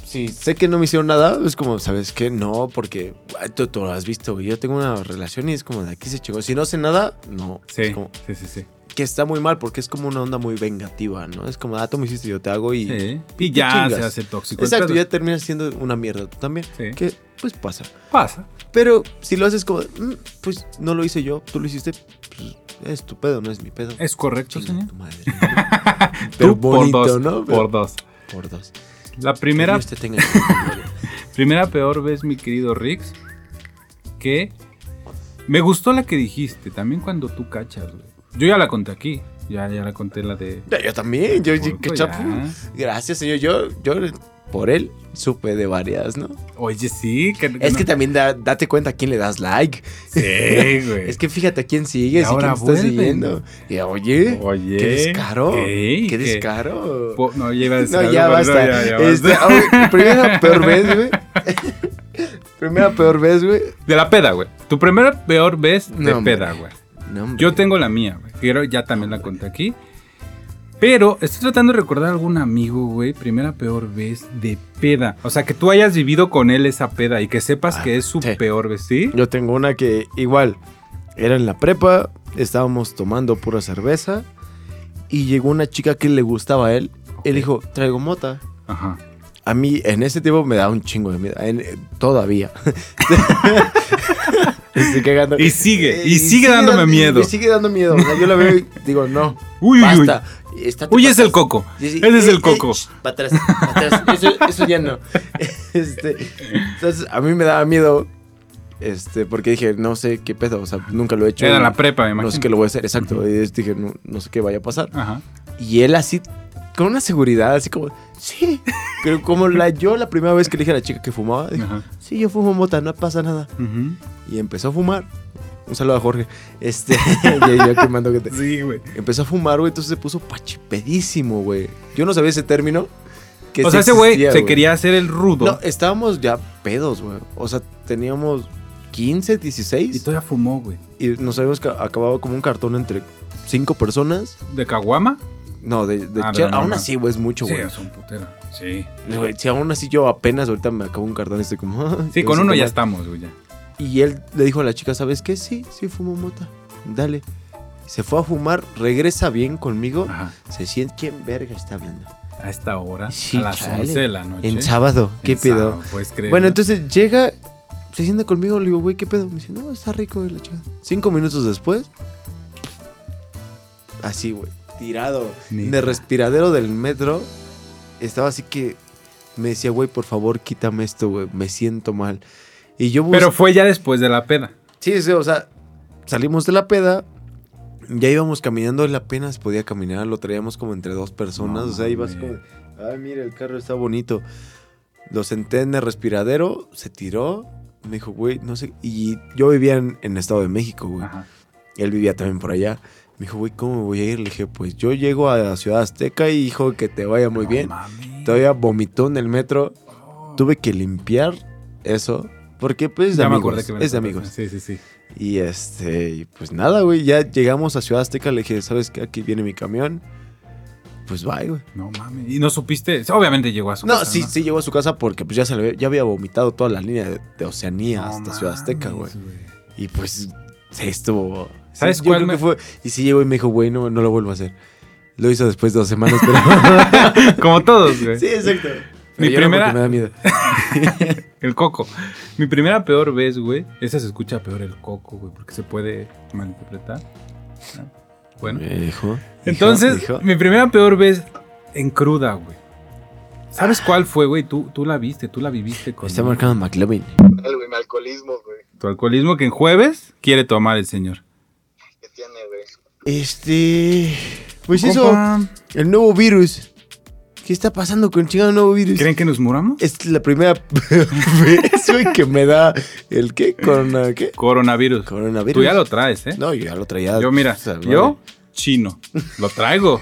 Speaker 2: Si sé que no me hicieron nada, es como, ¿sabes qué? No, porque ay, tú, tú lo has visto, güey. Yo tengo una relación y es como de aquí se llegó. Si no sé nada, no.
Speaker 1: sí,
Speaker 2: Es como
Speaker 1: sí, sí, sí.
Speaker 2: que está muy mal porque es como una onda muy vengativa, ¿no? Es como, ah, tú me hiciste, yo te hago y.
Speaker 1: Sí.
Speaker 2: y
Speaker 1: Y
Speaker 2: te
Speaker 1: ya se
Speaker 2: chingas.
Speaker 1: hace tóxico. el
Speaker 2: Exacto,
Speaker 1: pedo.
Speaker 2: ya terminas siendo una mierda tú también.
Speaker 1: Sí.
Speaker 2: Que pues pasa.
Speaker 1: pasa.
Speaker 2: Pero si lo haces como, "Mm, pues no lo hice yo, tú lo hiciste, pues es tu pedo, no es mi pedo.
Speaker 1: Es correcto,
Speaker 2: Chinga
Speaker 1: señor.
Speaker 2: tu madre. Pero
Speaker 1: Tú
Speaker 2: bonito,
Speaker 1: por dos,
Speaker 2: ¿no? Pero-
Speaker 1: Por dos.
Speaker 2: por dos.
Speaker 1: La primera,
Speaker 2: Que Dios te tenga en tu gloria.
Speaker 1: primera peor vez, mi querido Rix, que me gustó la que dijiste, también cuando tú cachas, güey. Yo ya la conté aquí, ya, ya la conté la de...
Speaker 2: Ya, yo también, yo, yo- qué
Speaker 1: Porco,
Speaker 2: chapo.
Speaker 1: ya.
Speaker 2: Gracias, señor. Yo, yo por él supe de varias, ¿no?
Speaker 1: Oye, sí, que...
Speaker 2: Es que
Speaker 1: no-
Speaker 2: también da- date cuenta a quién le das like.
Speaker 1: Sí, güey.
Speaker 2: Es que fíjate a quién sigues y,
Speaker 1: ahora
Speaker 2: quién estás
Speaker 1: vuelven.
Speaker 2: siguiendo. Y, oye,
Speaker 1: Oye.
Speaker 2: qué descaro.
Speaker 1: ¿qué?
Speaker 2: Qué
Speaker 1: ¿Qué?
Speaker 2: descaro.
Speaker 1: Po- No, ya iba a decir
Speaker 2: No,
Speaker 1: algo,
Speaker 2: ya
Speaker 1: pero
Speaker 2: basta.
Speaker 1: ya- ya
Speaker 2: Este,
Speaker 1: basta.
Speaker 2: ah, güey, primera peor vez, güey. primera peor vez, güey.
Speaker 1: De la peda, güey. Tu primera peor vez de
Speaker 2: No, hombre.
Speaker 1: peda, güey.
Speaker 2: No, hombre.
Speaker 1: Yo tengo la mía, güey. Quiero, ya también la conté aquí. Pero estoy tratando de recordar a algún amigo, güey. Primera peor vez de peda. O sea, que tú hayas vivido con él esa peda y que sepas
Speaker 2: Ah,
Speaker 1: que es su
Speaker 2: sí.
Speaker 1: peor vez, ¿sí?
Speaker 2: Yo tengo una que igual era en la prepa, estábamos tomando pura cerveza y llegó una chica que le gustaba a él. Él dijo, traigo mota.
Speaker 1: Ajá.
Speaker 2: A mí en ese tiempo me da un chingo de miedo. en- eh, todavía. Estoy cagando.
Speaker 1: Y sigue,
Speaker 2: Eh,
Speaker 1: y sigue dándome
Speaker 2: dan-
Speaker 1: miedo.
Speaker 2: Me sigue dando miedo. O sea, yo la veo y digo, no.
Speaker 1: Uy, uy, uy.
Speaker 2: basta. Estate
Speaker 1: Uy,
Speaker 2: pa'
Speaker 1: es el
Speaker 2: atrás.
Speaker 1: coco.
Speaker 2: Sí, sí.
Speaker 1: Ese es
Speaker 2: Eh,
Speaker 1: el
Speaker 2: eh,
Speaker 1: coco.
Speaker 2: sh, pa' atrás, pa' atrás. Eso, eso ya no. Este, entonces, a mí me daba miedo. Este, porque dije, no sé qué pedo. O sea, nunca lo he hecho.
Speaker 1: Era
Speaker 2: y
Speaker 1: la prepa, me imagino.
Speaker 2: No sé qué lo voy a hacer, exacto. Y es- dije, no, no sé qué vaya a pasar.
Speaker 1: Ajá.
Speaker 2: Y él así, con una seguridad, así como, sí. Pero como la, yo la primera vez que le dije a la chica que fumaba, dije,
Speaker 1: Ajá.
Speaker 2: sí, yo fumo mota, no pasa nada.
Speaker 1: Ujú.
Speaker 2: Y empezó a fumar. Un saludo a Jorge. Este, yo, yo que mando que te-
Speaker 1: Sí, güey.
Speaker 2: Empezó a fumar, güey, entonces se puso pachipedísimo, güey. Yo no sabía ese término. que
Speaker 1: O
Speaker 2: sí
Speaker 1: sea, ese güey
Speaker 2: existía,
Speaker 1: se quería hacer el rudo.
Speaker 2: No, estábamos ya pedos, güey. O sea, teníamos 15,
Speaker 1: Y
Speaker 2: 16
Speaker 1: todavía fumó, güey.
Speaker 2: y nos habíamos ca- acabado como un cartón entre cinco personas.
Speaker 1: ¿De Caguama?
Speaker 2: No, de, de
Speaker 1: Ah, de
Speaker 2: chela.
Speaker 1: la
Speaker 2: Aún
Speaker 1: norma.
Speaker 2: así, güey, es mucho,
Speaker 1: Sí,
Speaker 2: güey.
Speaker 1: es un putero. Sí.
Speaker 2: Güey, Si aún así yo apenas ahorita me acabo un cartón y estoy como... "Ah",
Speaker 1: Sí,
Speaker 2: yo
Speaker 1: con
Speaker 2: siento
Speaker 1: uno ya
Speaker 2: mal.
Speaker 1: estamos, güey. ya.
Speaker 2: Y él le dijo a la chica, ¿sabes qué? Sí, sí fumo mota. Dale. se fue a fumar, regresa bien conmigo,
Speaker 1: Ajá.
Speaker 2: se siente. ¿Quién verga está hablando?
Speaker 1: A esta hora,
Speaker 2: Sí,
Speaker 1: a las
Speaker 2: chale.
Speaker 1: 11 de la noche.
Speaker 2: En sábado, ¿qué
Speaker 1: En
Speaker 2: pedo?
Speaker 1: sábado, puedes creer,
Speaker 2: Bueno,
Speaker 1: ¿no?
Speaker 2: entonces llega, se sienta conmigo, le digo, güey, ¿qué pedo? Me dice, no, está rico, güey, la chica. Cinco minutos después, así, güey, tirado. En
Speaker 1: Neta.
Speaker 2: el respiradero del metro, estaba así que me decía, güey, por favor, quítame esto, güey, me siento mal. Y yo
Speaker 1: Pero
Speaker 2: bus-
Speaker 1: fue ya después de la peda.
Speaker 2: Sí, sí, o sea, salimos de la peda, ya íbamos caminando, él apenas podía caminar, lo traíamos como entre dos personas,
Speaker 1: No
Speaker 2: o sea, ibas como,
Speaker 1: mames.
Speaker 2: ay, mira, el carro está bonito. Lo senté en el respiradero, se tiró, me dijo, güey, no sé, y yo vivía en, en Estado de México, güey,
Speaker 1: Ajá.
Speaker 2: él vivía también por allá. Me dijo, güey, ¿cómo me voy a ir? Le dije, pues yo llego a la Ciudad Azteca y hijo, que te vaya muy
Speaker 1: No
Speaker 2: bien.
Speaker 1: mames.
Speaker 2: Todavía vomitó en el metro, tuve que limpiar eso, porque pues es de
Speaker 1: Ya me
Speaker 2: amigos,
Speaker 1: acordé que me lo
Speaker 2: es de
Speaker 1: contaste.
Speaker 2: amigos.
Speaker 1: Sí, sí, sí.
Speaker 2: Y este, y pues nada, güey, ya llegamos a Ciudad Azteca, le dije, ¿sabes qué? Aquí viene mi camión. Pues bye, güey.
Speaker 1: No mames. ¿Y no supiste? Obviamente llegó a su
Speaker 2: No,
Speaker 1: casa,
Speaker 2: sí, sí llegó a su casa porque pues ya se le había- ya había vomitado toda la línea de, de Oceanía
Speaker 1: No
Speaker 2: hasta Ciudad Azteca, güey.
Speaker 1: mames,
Speaker 2: Y pues se estuvo.
Speaker 1: ¿Sabes
Speaker 2: sí,
Speaker 1: cuál
Speaker 2: creo
Speaker 1: me-
Speaker 2: que fue? Y sí llegó y me dijo, güey, no, no lo vuelvo a hacer. Lo hizo después de dos semanas, pero.
Speaker 1: Como todos, güey.
Speaker 2: sí, exacto.
Speaker 1: Mi
Speaker 2: Pero yo no,
Speaker 1: primera-
Speaker 2: porque me da miedo.
Speaker 1: El coco. Mi primera peor vez, güey. Esa se escucha peor el coco, güey, porque se puede malinterpretar. ¿no? Bueno.
Speaker 2: Me dijo, dijo,
Speaker 1: Entonces,
Speaker 2: dijo.
Speaker 1: mi primera peor vez en cruda, güey. ¿Sabes cuál fue, güey? Tú, tú la viste, tú la viviste con
Speaker 2: Está marcando McLovin.
Speaker 4: Total, güey, mi alcoholismo, güey,
Speaker 1: tu alcoholismo que en jueves quiere tomar el señor.
Speaker 4: que tiene, güey.
Speaker 2: Este. Pues eso.
Speaker 1: Compa,
Speaker 2: El nuevo virus. ¿Qué está pasando con el chingado nuevo virus?
Speaker 1: ¿Creen que nos muramos?
Speaker 2: Es la primera vez, güey, que me da el qué? Corona, ¿qué?
Speaker 1: Coronavirus.
Speaker 2: Coronavirus.
Speaker 1: Tú ya lo traes, ¿eh?
Speaker 2: No, yo ya lo traía.
Speaker 1: yo, mira,
Speaker 2: o sea, madre,
Speaker 1: yo, chino. Lo traigo.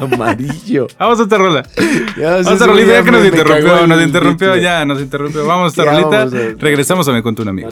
Speaker 2: Amarillo.
Speaker 1: Vamos a esta rola.
Speaker 2: Ya, o sea,
Speaker 1: Vamos a
Speaker 2: ese güey
Speaker 1: rolita, ya
Speaker 2: ya
Speaker 1: que nos
Speaker 2: me- me cagó
Speaker 1: interrumpió,
Speaker 2: el
Speaker 1: nos interrumpió,
Speaker 2: título.
Speaker 1: ya, nos interrumpió. Vamos a
Speaker 2: Ya,
Speaker 1: esta rolita,
Speaker 2: vamos a-
Speaker 1: regresamos a Me Contó un Amigo.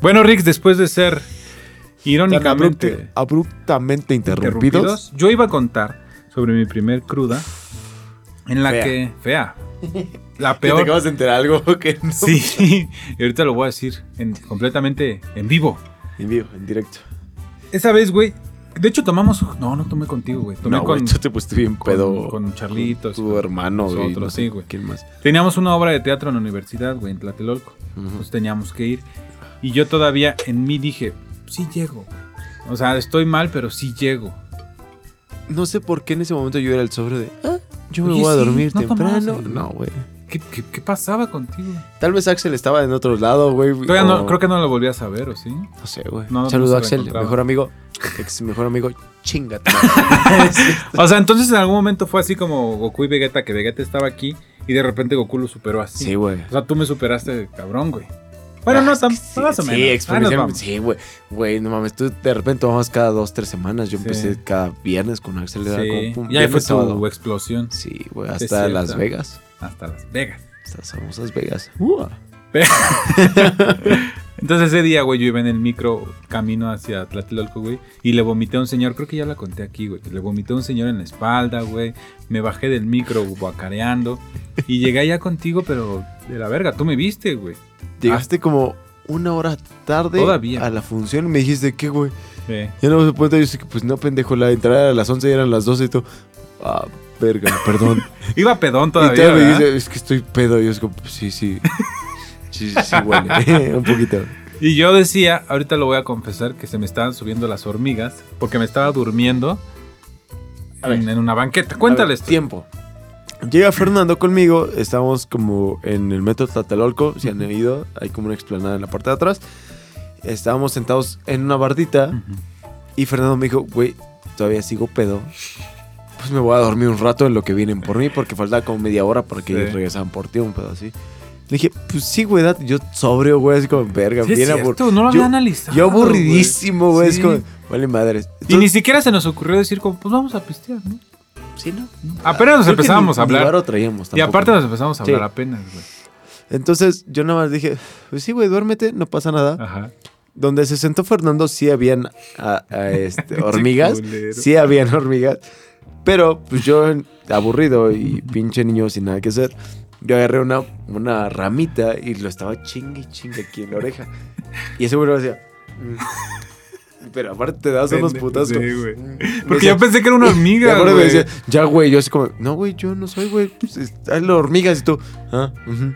Speaker 1: Bueno, Rix, después de ser
Speaker 2: Tan
Speaker 1: irónicamente
Speaker 2: abrupte- abruptamente interrumpidos.
Speaker 1: interrumpidos, yo iba a contar sobre mi primer cruda en la
Speaker 2: Fea.
Speaker 1: que fea. La
Speaker 2: Que te
Speaker 1: peor.
Speaker 2: acabas de enterar algo que no.
Speaker 1: Sí, y ahorita lo voy a decir en- completamente en vivo.
Speaker 2: En vivo, en directo.
Speaker 1: Esa vez, güey, de hecho tomamos, no, no tomé contigo, güey, tomé
Speaker 2: no,
Speaker 1: con
Speaker 2: güey, tú te pusiste bien
Speaker 1: con-
Speaker 2: pedo.
Speaker 1: con Charlitos,
Speaker 2: Tu
Speaker 1: con
Speaker 2: hermano, güey.
Speaker 1: nosotros, sí, güey.
Speaker 2: ¿Quién más?
Speaker 1: Teníamos una obra de teatro en la universidad, güey, en Tlatelolco. Entonces teníamos que ir. Y yo todavía en mí dije, sí llego. O sea, estoy mal, pero sí llego.
Speaker 2: No sé por qué en ese momento yo era el sobre de. "Ah, yo me
Speaker 1: Oye,
Speaker 2: voy a
Speaker 1: sí,
Speaker 2: dormir
Speaker 1: no tomabas,
Speaker 2: temprano.
Speaker 1: güey.
Speaker 2: No, güey.
Speaker 1: ¿Qué, qué- qué pasaba contigo?
Speaker 2: Tal vez Axel estaba en otro lado, güey.
Speaker 1: Todavía no-
Speaker 2: o-
Speaker 1: creo que no lo volví a saber, ¿o sí?
Speaker 2: No sé, güey.
Speaker 1: No, no
Speaker 2: Saludo
Speaker 1: se
Speaker 2: a Axel,
Speaker 1: reencontraba.
Speaker 2: mejor amigo. Ex mejor amigo, chingate.
Speaker 1: O sea, entonces en algún momento fue así como Goku y Vegeta, que Vegeta estaba aquí y de repente Goku lo superó así.
Speaker 2: sí, güey. Ah,
Speaker 1: o sea, tú me superaste, cabrón, güey. Bueno, no, tan,
Speaker 2: Sí,
Speaker 1: más o menos.
Speaker 2: Sí,
Speaker 1: Ahí nos
Speaker 2: experiencia.
Speaker 1: vamos.
Speaker 2: Sí, güey. Güey, no mames. Tú de repente vamos cada dos, tres semanas. Yo
Speaker 1: Sí.
Speaker 2: empecé cada viernes con Axel. era
Speaker 1: Sí.
Speaker 2: como, pum,
Speaker 1: Y ahí fue
Speaker 2: viernes, sábado.
Speaker 1: tu explosión
Speaker 2: Sí, güey.
Speaker 1: Es
Speaker 2: Hasta Las
Speaker 1: cierto.
Speaker 2: Vegas.
Speaker 1: hasta Las Vegas.
Speaker 2: Hasta las famosas Vegas. Uh.
Speaker 1: Entonces ese día, güey, yo iba en el micro camino hacia Tlatelolco, güey, y le vomité a un señor, creo que ya la conté aquí, güey, que le vomité a un señor en la espalda, güey, me bajé del micro guacareando y llegué allá contigo, pero de la verga, tú me viste, güey.
Speaker 2: Llegaste como una hora tarde
Speaker 1: Todavía.
Speaker 2: a la función y me dijiste, ¿qué, güey?
Speaker 1: Eh,
Speaker 2: Ya no me puedo. Yo dije, pues no, pendejo. La entrada era a las 11 y eran las 12 y tú. Ah, verga, perdón.
Speaker 1: Iba pedón
Speaker 2: y
Speaker 1: todavía,
Speaker 2: todavía me
Speaker 1: ¿verdad?
Speaker 2: dice, es que estoy pedo. Y yo es como, pues, sí, sí. Sí, sí, sí, huele. Un poquito.
Speaker 1: Y yo decía, ahorita lo voy a confesar, que se me estaban subiendo las hormigas porque me estaba durmiendo
Speaker 2: A ver.
Speaker 1: en, en una banqueta. Cuéntales.
Speaker 2: A ver, tiempo. Llega Fernando conmigo, estamos como en el metro Tlatelolco, si han ido, hay como una explanada en la parte de atrás. Estábamos sentados en una bardita y Fernando me dijo, güey, todavía sigo pedo. Pues me voy a dormir un rato en lo que vienen por mí, porque faltaba como media hora para que
Speaker 1: Sí.
Speaker 2: regresaran por ti, un pedo así. Le dije, pues sí, güey, date". yo sobrio, güey, así como, verga,
Speaker 1: Sí, es
Speaker 2: bien abur-
Speaker 1: cierto, no lo
Speaker 2: yo-
Speaker 1: había analizado.
Speaker 2: Yo aburridísimo, güey,
Speaker 1: Sí.
Speaker 2: es como, vale madres.
Speaker 1: Y ni siquiera se nos ocurrió decir, como, pues vamos a pistear, ¿no?
Speaker 2: Sí, ¿no?
Speaker 1: Apenas nos
Speaker 2: Creo que
Speaker 1: empezábamos
Speaker 2: ni-
Speaker 1: a
Speaker 2: ni
Speaker 1: hablar.
Speaker 2: varo traíamos
Speaker 1: Y
Speaker 2: tampoco.
Speaker 1: aparte nos empezamos a hablar
Speaker 2: Sí.
Speaker 1: apenas, güey.
Speaker 2: Entonces yo nada más dije, pues sí, güey, duérmete, no pasa nada.
Speaker 1: Ajá.
Speaker 2: Donde se sentó Fernando sí habían a- a, este, hormigas,
Speaker 1: culero.
Speaker 2: sí habían hormigas, pero pues yo aburrido y pinche niño sin nada que hacer, yo agarré una, una ramita y lo estaba chingue y chingue aquí en la oreja. Y ese güey lo hacía... mm. Pero aparte te das unos
Speaker 1: Pendejo,
Speaker 2: putazos.
Speaker 1: sí,
Speaker 2: como,
Speaker 1: güey.
Speaker 2: mm.
Speaker 1: Porque
Speaker 2: Me decía,
Speaker 1: yo pensé que era una
Speaker 2: y
Speaker 1: hormiga,
Speaker 2: aparte me
Speaker 1: güey.
Speaker 2: decía, ya, güey, yo así como, no, güey, yo no soy, güey. Pues, es- hazlo hormigas y tú. Ah, ujú".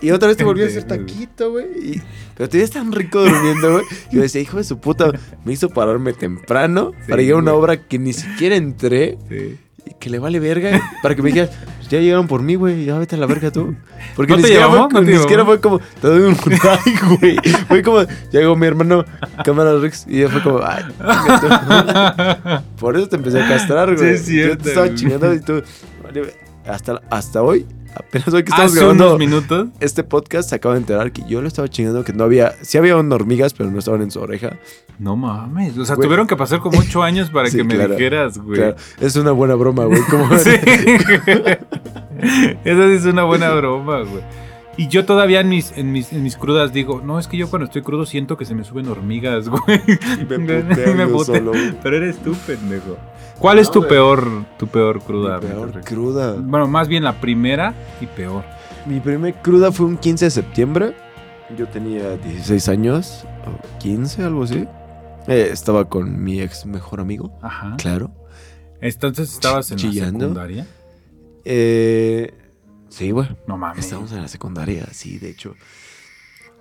Speaker 2: Y otra vez te volvió a hacer
Speaker 1: Pendejo, güey.
Speaker 2: taquito, güey. y- Pero te ves tan rico durmiendo, güey. Yo decía, hijo de su puta, me hizo pararme temprano
Speaker 1: Sí,
Speaker 2: para ir a una
Speaker 1: güey.
Speaker 2: obra que ni siquiera entré
Speaker 1: Sí.
Speaker 2: y que le vale verga. Para que me dijeras, ya llegaron por mí, güey, ya vete a la verga tú. Porque
Speaker 1: ¿No
Speaker 2: ni,
Speaker 1: te
Speaker 2: siquiera
Speaker 1: llevamos?
Speaker 2: Fue,
Speaker 1: ¿No te
Speaker 2: ni siquiera
Speaker 1: llevamos?
Speaker 2: fue como, te doy un like, güey. Fue como, llegó mi hermano, cámara Rex, y yo fue como, ay, chinga tú". Por eso te empecé a castrar,
Speaker 1: Sí,
Speaker 2: güey.
Speaker 1: es cierto,
Speaker 2: Yo te estaba
Speaker 1: güey.
Speaker 2: chingando y tú. vale, Hasta, hasta hoy, apenas hoy que estamos
Speaker 1: Hace
Speaker 2: grabando
Speaker 1: unos minutos.
Speaker 2: este podcast, se acaba de enterar que yo lo estaba chingando, que no había. Sí había hormigas, pero no estaban en su oreja.
Speaker 1: No mames. O sea,
Speaker 2: Güey.
Speaker 1: tuvieron que pasar como ocho años para
Speaker 2: Sí,
Speaker 1: que me
Speaker 2: claro.
Speaker 1: dijeras, güey.
Speaker 2: Claro, es una buena broma, güey. Como,
Speaker 1: Sí. Esa sí es una buena broma, güey. Y yo todavía en mis, en, mis, en mis crudas digo, no, es que yo cuando estoy crudo siento que se me suben hormigas, güey.
Speaker 2: Y me puteo yo
Speaker 1: puteo.
Speaker 2: solo, güey.
Speaker 1: Pero eres tú, pendejo. ¿Cuál es
Speaker 2: No,
Speaker 1: tu
Speaker 2: güey.
Speaker 1: peor, tu peor cruda?
Speaker 2: Mi peor
Speaker 1: Mr. Rick?
Speaker 2: cruda.
Speaker 1: Bueno, más bien la primera y peor.
Speaker 2: Mi primer cruda fue un 15 de septiembre. Yo tenía 16 años, o 15, algo así. Eh, estaba con mi ex mejor amigo,
Speaker 1: Ajá.
Speaker 2: claro.
Speaker 1: Entonces estabas en
Speaker 2: Chillando.
Speaker 1: la secundaria.
Speaker 2: Eh, sí, güey.
Speaker 1: No mames.
Speaker 2: Estábamos en la secundaria, sí, de hecho.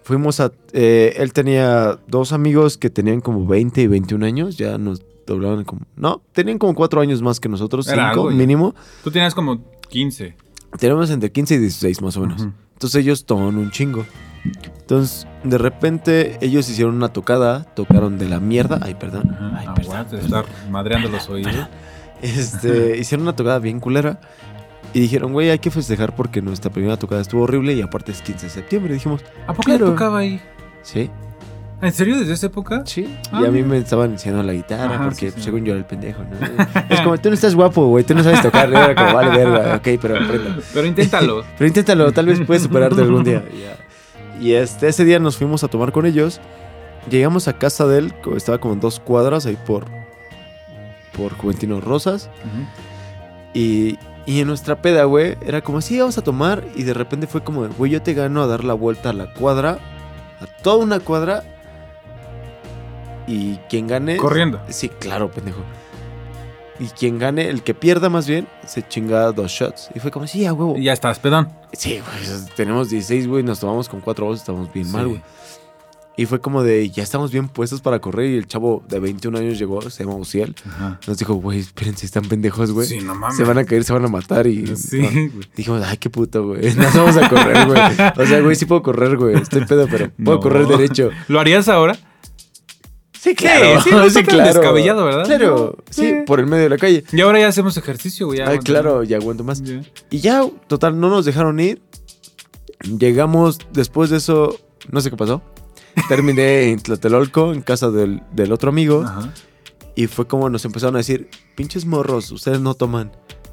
Speaker 2: Fuimos a... eh, él tenía dos amigos que tenían como 20 y 21 años, ya nos doblaban como... No, tenían como 4 años más que nosotros,
Speaker 1: Era
Speaker 2: 5
Speaker 1: algo ya.
Speaker 2: mínimo.
Speaker 1: Tú tenías como 15.
Speaker 2: Teníamos entre 15 y 16 más o menos.
Speaker 1: Ujú.
Speaker 2: Entonces ellos toman un chingo. Entonces, de repente, ellos hicieron una tocada, tocaron de la mierda. Ay, perdón.
Speaker 1: Ajá.
Speaker 2: Ay,
Speaker 1: Ah,
Speaker 2: perdón,
Speaker 1: guau, te
Speaker 2: perdón.
Speaker 1: estar madreando los oídos.
Speaker 2: Este, hicieron una tocada bien culera. Y dijeron, güey, hay que festejar porque nuestra primera tocada estuvo horrible y aparte es 15 de septiembre. Dijimos,
Speaker 1: ¿A poco ya
Speaker 2: Claro.
Speaker 1: tocaba ahí?
Speaker 2: sí,
Speaker 1: ¿En serio desde esa época?
Speaker 2: sí.
Speaker 1: Ah,
Speaker 2: y a mí
Speaker 1: mira.
Speaker 2: me estaban enseñando la guitarra
Speaker 1: Ajá,
Speaker 2: porque
Speaker 1: sí, sí.
Speaker 2: según yo era el pendejo, ¿no? es como, tú no estás guapo, güey, tú no sabes tocar. Y era como, vale, verga, ok, pero aprenda.
Speaker 1: Pero inténtalo.
Speaker 2: Pero inténtalo, tal vez puedes superarte algún día. Y ya. Y este, ese día nos fuimos a tomar con ellos. Llegamos a casa de él, co- estaba como en dos cuadras ahí por, por Juventino Rosas.
Speaker 1: Ujú.
Speaker 2: Y, y en nuestra peda, güey, era como, sí, vamos a tomar. Y de repente fue como, de, güey, yo te gano a dar la vuelta a la cuadra, a toda una cuadra. Y quien gane.
Speaker 1: Corriendo.
Speaker 2: Sí, claro, pendejo. Y quien gane, el que pierda más bien, se chinga dos shots. Y fue como, sí, a huevo.
Speaker 1: Y Ya estás, pedón.
Speaker 2: Sí, güey, tenemos 16, güey, nos tomamos con cuatro voces, estamos bien mal,
Speaker 1: Sí.
Speaker 2: güey. Y fue como de, ya estamos bien puestos para correr. Y el chavo de 21 años llegó, se llama Uciel.
Speaker 1: Ajá.
Speaker 2: Nos dijo, güey, espérense, están pendejos, güey.
Speaker 1: Sí, no mames.
Speaker 2: Se van a caer, se van a matar y...
Speaker 1: Sí, güey.
Speaker 2: Dijimos, ay, qué puto, güey. Nos vamos a correr, güey. O sea, güey, sí puedo correr, güey. Estoy pedo, pero puedo
Speaker 1: No.
Speaker 2: correr derecho.
Speaker 1: ¿Lo harías ahora?
Speaker 2: Sí,
Speaker 1: claro. Sí, no está tan descabellado, ¿verdad?
Speaker 2: Claro,
Speaker 1: No,
Speaker 2: sí,
Speaker 1: sí.
Speaker 2: por el medio de la calle.
Speaker 1: Y ahora ya hacemos ejercicio, güey. ya
Speaker 2: Ay,
Speaker 1: aguantamos.
Speaker 2: claro, ya aguanto más.
Speaker 1: Ya.
Speaker 2: Y ya, total, no nos dejaron ir. Llegamos, después de eso, no sé qué pasó. Terminé en Tlatelolco, en casa del, del otro amigo.
Speaker 1: Ajá.
Speaker 2: Y fue como nos empezaron a decir, pinches morros, ustedes no toman.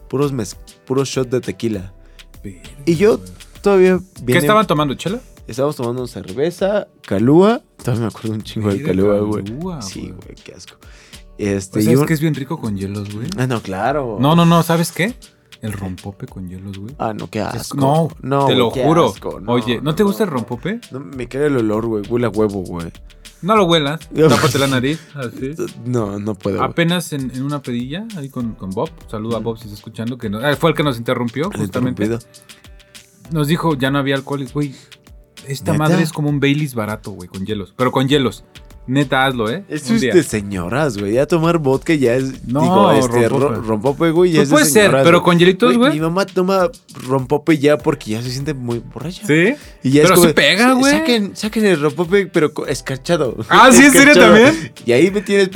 Speaker 2: Puros, mez puros shots de tequila. Y yo todavía...
Speaker 1: ¿Qué
Speaker 2: bien
Speaker 1: estaban tomando, chela?
Speaker 2: Estábamos tomando cerveza, calúa. Todavía me acuerdo un chingo de
Speaker 1: Mira,
Speaker 2: calúa, güey.
Speaker 1: Kahlua,
Speaker 2: Sí,
Speaker 1: güey.
Speaker 2: güey, qué asco.
Speaker 1: O
Speaker 2: Este,
Speaker 1: sea,
Speaker 2: y
Speaker 1: es
Speaker 2: un-
Speaker 1: que es bien rico con hielos, güey.
Speaker 2: Ah, no, claro.
Speaker 1: No, no, no, ¿sabes qué? El rompope con hielos, güey.
Speaker 2: Ah, no, qué asco.
Speaker 1: No, te lo
Speaker 2: güey, qué
Speaker 1: juro.
Speaker 2: asco,
Speaker 1: Oye, ¿no, te gusta el
Speaker 2: no.
Speaker 1: rompope?
Speaker 2: No, me cae el olor, güey. Huele a huevo, güey.
Speaker 1: No lo huelas,
Speaker 2: No.
Speaker 1: tápate la nariz, así.
Speaker 2: No, no puedo. güey.
Speaker 1: Apenas en, en una pedilla, ahí con, con Bob, saludo a Bob si está escuchando, que no- ah, fue el que nos interrumpió,
Speaker 2: Lo he
Speaker 1: justamente.
Speaker 2: interrumpido.
Speaker 1: Nos dijo, ya no había alcohol, y, güey. Esta
Speaker 2: ¿Neta?
Speaker 1: madre es como un Baileys barato, güey, con hielos. Pero con hielos. Neta, hazlo, ¿eh?
Speaker 2: Esto
Speaker 1: Un
Speaker 2: es este
Speaker 1: día.
Speaker 2: de señoras, güey. Ya tomar vodka ya es.
Speaker 1: No,
Speaker 2: digo, este,
Speaker 1: rompope.
Speaker 2: ro- rompope, güey. Ya
Speaker 1: Pues
Speaker 2: es de
Speaker 1: puede ser,
Speaker 2: señoras,
Speaker 1: pero
Speaker 2: güey.
Speaker 1: con hielitos,
Speaker 2: Mi
Speaker 1: güey.
Speaker 2: mamá toma rompope ya porque ya se siente muy borracha.
Speaker 1: Sí.
Speaker 2: Y ya es
Speaker 1: Pero
Speaker 2: como,
Speaker 1: sí pega,
Speaker 2: "Sa-
Speaker 1: güey".
Speaker 2: Saquen, saquen el ropope, pero co- escarchado.
Speaker 1: Ah, ¿sí? ¿En serio
Speaker 2: Escarchado.
Speaker 1: también?
Speaker 2: Y ahí me tienes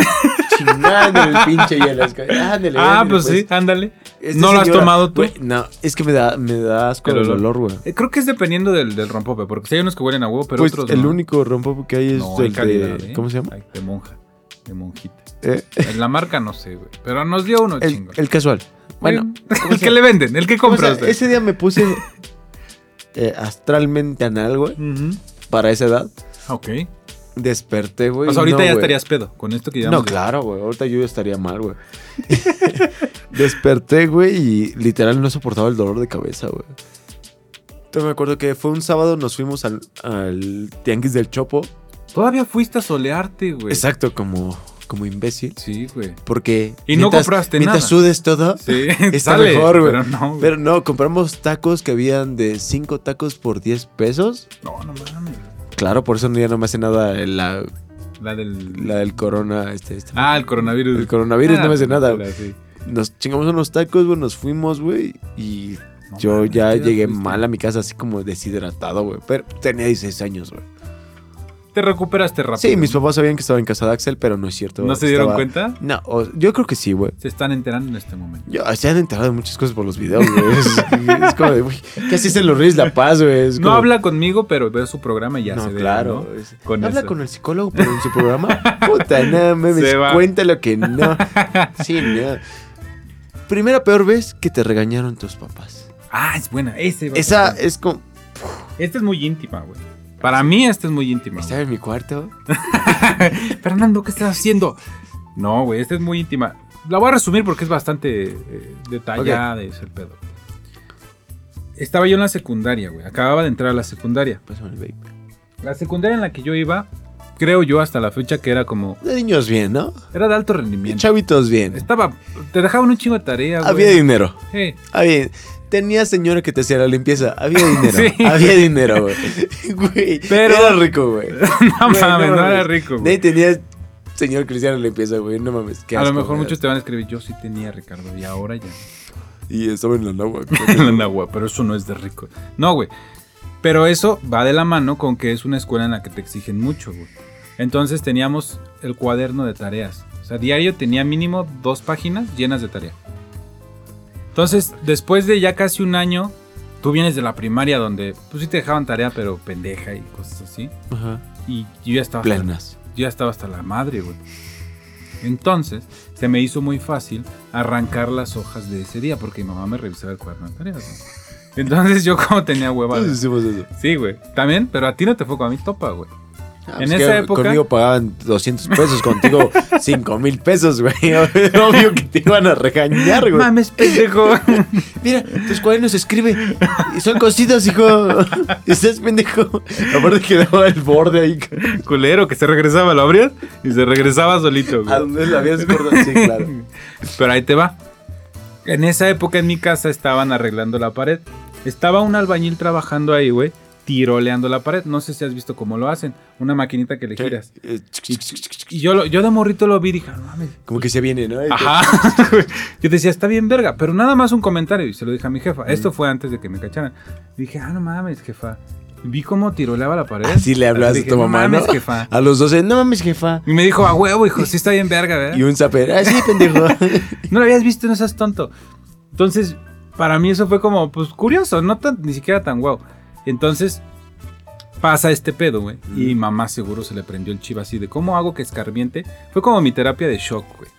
Speaker 2: chingando el pinche hielo. esca- Ándale,
Speaker 1: Ah,
Speaker 2: ándale,
Speaker 1: pues sí, ándale.
Speaker 2: Esta
Speaker 1: ¿No lo has
Speaker 2: señora,
Speaker 1: tomado tú?
Speaker 2: güey, no, es que me da, me da asco
Speaker 1: El
Speaker 2: el
Speaker 1: olor.
Speaker 2: olor, güey.
Speaker 1: Eh, Creo que es dependiendo del, del rompope, porque si hay unos que huelen a huevo, pero
Speaker 2: Pues
Speaker 1: otros
Speaker 2: el
Speaker 1: no.
Speaker 2: único rompope que hay es
Speaker 1: No, hay
Speaker 2: el
Speaker 1: calidad,
Speaker 2: de...
Speaker 1: ¿eh?
Speaker 2: ¿Cómo se llama?
Speaker 1: Ay, De monja, de monjita.
Speaker 2: Eh,
Speaker 1: En La marca no sé, güey. Pero nos dio uno
Speaker 2: el,
Speaker 1: chingo.
Speaker 2: el casual. Bueno,
Speaker 1: el que le venden, el que
Speaker 2: o
Speaker 1: compra
Speaker 2: sea,
Speaker 1: usted.
Speaker 2: ese día me puse eh, astralmente anal, güey,
Speaker 1: Ujú.
Speaker 2: para esa edad.
Speaker 1: Ok.
Speaker 2: Desperté, güey.
Speaker 1: o sea,
Speaker 2: y
Speaker 1: ahorita
Speaker 2: no,
Speaker 1: ya
Speaker 2: güey.
Speaker 1: estarías pedo con esto que ya
Speaker 2: No, claro, güey. Ahorita yo ya estaría mal, güey. Desperté, güey, y literal no soportaba el dolor de cabeza, güey. Entonces me acuerdo que fue un sábado, nos fuimos al, al Tianguis del Chopo.
Speaker 1: Todavía fuiste a solearte, güey.
Speaker 2: Exacto, como, como imbécil.
Speaker 1: Sí, güey.
Speaker 2: Porque.
Speaker 1: Y no compraste
Speaker 2: mientras
Speaker 1: nada.
Speaker 2: sudes todo.
Speaker 1: Sí,
Speaker 2: Está
Speaker 1: sale,
Speaker 2: mejor, güey.
Speaker 1: Pero no, güey.
Speaker 2: Pero no, compramos tacos que habían de 5 tacos por 10 pesos.
Speaker 1: No, no mames.
Speaker 2: Claro, por eso ya no me hace nada la,
Speaker 1: La del.
Speaker 2: la del corona. Este, este.
Speaker 1: Ah, el coronavirus.
Speaker 2: El coronavirus no me hace
Speaker 1: pues,
Speaker 2: nada,
Speaker 1: mira, sí.
Speaker 2: Nos chingamos unos tacos, güey, nos fuimos, güey. Y
Speaker 1: No
Speaker 2: yo
Speaker 1: mames,
Speaker 2: ya
Speaker 1: ¿qué edad
Speaker 2: llegué
Speaker 1: fuiste?
Speaker 2: mal a mi casa, así como deshidratado, güey. Pero tenía 16 años, güey.
Speaker 1: Te recuperaste rápido.
Speaker 2: Sí, mis papás sabían que estaba en casa de Axel, pero no es cierto.
Speaker 1: ¿No se dieron
Speaker 2: estaba-
Speaker 1: cuenta?
Speaker 2: No, o- yo creo que sí, güey.
Speaker 1: Se están enterando en este momento.
Speaker 2: Yo, se han enterado de muchas cosas por los videos, güey. Es, es como de, güey, ¿qué haces en los Reyes La Paz, güey? Es
Speaker 1: No
Speaker 2: como-
Speaker 1: habla conmigo, pero veo su programa y ya
Speaker 2: no,
Speaker 1: se ve.
Speaker 2: claro.
Speaker 1: ¿no?
Speaker 2: es-
Speaker 1: Con
Speaker 2: habla
Speaker 1: eso.
Speaker 2: con el psicólogo, pero en su programa. Puta, no mames.
Speaker 1: Se va.
Speaker 2: Cuenta lo que no. Sí, no. Primera peor vez que te regañaron tus papás.
Speaker 1: Ah, es buena. Ese va a
Speaker 2: Esa
Speaker 1: tocar.
Speaker 2: es como.
Speaker 1: Esta es muy íntima, güey. Para mí esta es muy íntima. güey.
Speaker 2: Estaba en mi cuarto.
Speaker 1: Fernando, ¿qué estás haciendo? No, güey, esta es muy íntima. La voy a resumir porque es bastante eh, detallada es el pedo. Estaba yo en la secundaria, güey. Acababa de entrar a la secundaria.
Speaker 2: Pásame el vape.
Speaker 1: La secundaria en la que yo iba, creo yo hasta la fecha que era como...
Speaker 2: De niños bien, ¿no?
Speaker 1: Era de alto
Speaker 2: De
Speaker 1: rendimiento.
Speaker 2: chavitos bien.
Speaker 1: Estaba... Te dejaban un chingo de tarea, güey.
Speaker 2: Había dinero.
Speaker 1: Sí.
Speaker 2: Había. Tenía señora que te hacía la limpieza. Había dinero.
Speaker 1: Sí.
Speaker 2: Había dinero, güey. Güey.
Speaker 1: Pero-
Speaker 2: Era rico, güey.
Speaker 1: No
Speaker 2: Güey,
Speaker 1: mames,
Speaker 2: no
Speaker 1: no era
Speaker 2: mames.
Speaker 1: rico, güey.
Speaker 2: Nadie tenía señor que le hiciera la limpieza, güey. No mames. qué
Speaker 1: A lo
Speaker 2: asco,
Speaker 1: mejor
Speaker 2: güey.
Speaker 1: muchos te van a escribir, yo sí tenía, Ricardo, y ahora ya.
Speaker 2: Y estaba en la nagua.
Speaker 1: en la agua, pero eso no es de rico. No, güey. Pero eso va de la mano con que es una escuela en la que te exigen mucho, güey. Entonces teníamos el cuaderno de tareas. O sea, diario tenía mínimo dos páginas llenas de tarea. Entonces, después de ya casi un año, tú vienes de la primaria donde, pues sí te dejaban tarea, pero pendeja y cosas así.
Speaker 2: Ajá.
Speaker 1: Y yo ya estaba
Speaker 2: Planas.
Speaker 1: yo ya estaba hasta la madre, güey. Entonces, se me hizo muy fácil arrancar las hojas de ese día porque mi mamá me revisaba el cuaderno de tareas. güey. Entonces yo como tenía hueva.
Speaker 2: Todos
Speaker 1: güey.
Speaker 2: hicimos eso.
Speaker 1: Sí, güey. También, pero a ti no te fue con a mí topa, güey.
Speaker 2: Ah,
Speaker 1: En
Speaker 2: pues
Speaker 1: esa
Speaker 2: que
Speaker 1: época-
Speaker 2: Conmigo pagaban 200 pesos, contigo 5 mil pesos, güey. Obvio que te iban a regañar, güey.
Speaker 1: Mames, pendejo.
Speaker 2: Mira, tus cuadernos escribe. Y son cositas, hijo. Estás pendejo. Aparte quedaba el borde ahí.
Speaker 1: Culero, que se regresaba, lo abrías y se regresaba solito, güey.
Speaker 2: ¿A dónde la habías cortado? Sí, claro.
Speaker 1: Pero ahí te va. En esa época en mi casa estaban arreglando la pared. Estaba un albañil trabajando ahí, güey, tiroleando la pared. No sé si has visto cómo lo hacen. Una maquinita que le giras.
Speaker 2: Eh,
Speaker 1: Y yo, lo- yo de morrito lo vi y dije, "Ah, no mames.
Speaker 2: Como que se viene, ¿no?
Speaker 1: Ajá. güey. Yo decía, está bien verga, pero nada más un comentario. Y se lo dije a mi jefa. Esto fue antes de que me cacharan. Dije, ah, no mames, jefa. Vi cómo tiroleaba la pared.
Speaker 2: Así le hablas a
Speaker 1: Dije,
Speaker 2: tu mamá,
Speaker 1: No
Speaker 2: ¿no?
Speaker 1: mames, jefa.
Speaker 2: A los 12, no mames, jefa.
Speaker 1: Y me dijo, a huevo, hijo, sí está bien verga, ¿verdad?
Speaker 2: Y un zaper, ah, sí, pendejo.
Speaker 1: No lo habías visto, no seas tonto. Entonces, para mí eso fue como, pues curioso, no tan, ni siquiera tan guau. Entonces, pasa este pedo, güey. Y mamá seguro se le prendió el chivo así de cómo hago que escarmiente. Fue como mi terapia de shock, güey.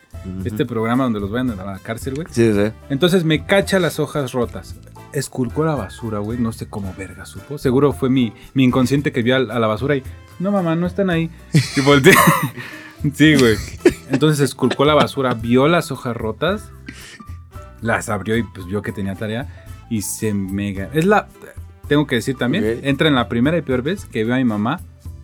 Speaker 1: Este programa donde los vayan a la cárcel, güey.
Speaker 2: Sí, sí.
Speaker 1: Entonces me cacha las hojas rotas. Esculcó la basura, güey. No sé cómo verga supo. Seguro fue mi, mi inconsciente que vio al- a, la basura y. No, mamá, no están ahí. Y volteé. sí, güey. Entonces esculcó la basura, vio las hojas rotas, las abrió y pues vio que tenía tarea. Y se mega. Es la. Tengo que decir también,
Speaker 2: Ok.
Speaker 1: entra en la primera y peor vez que veo a mi mamá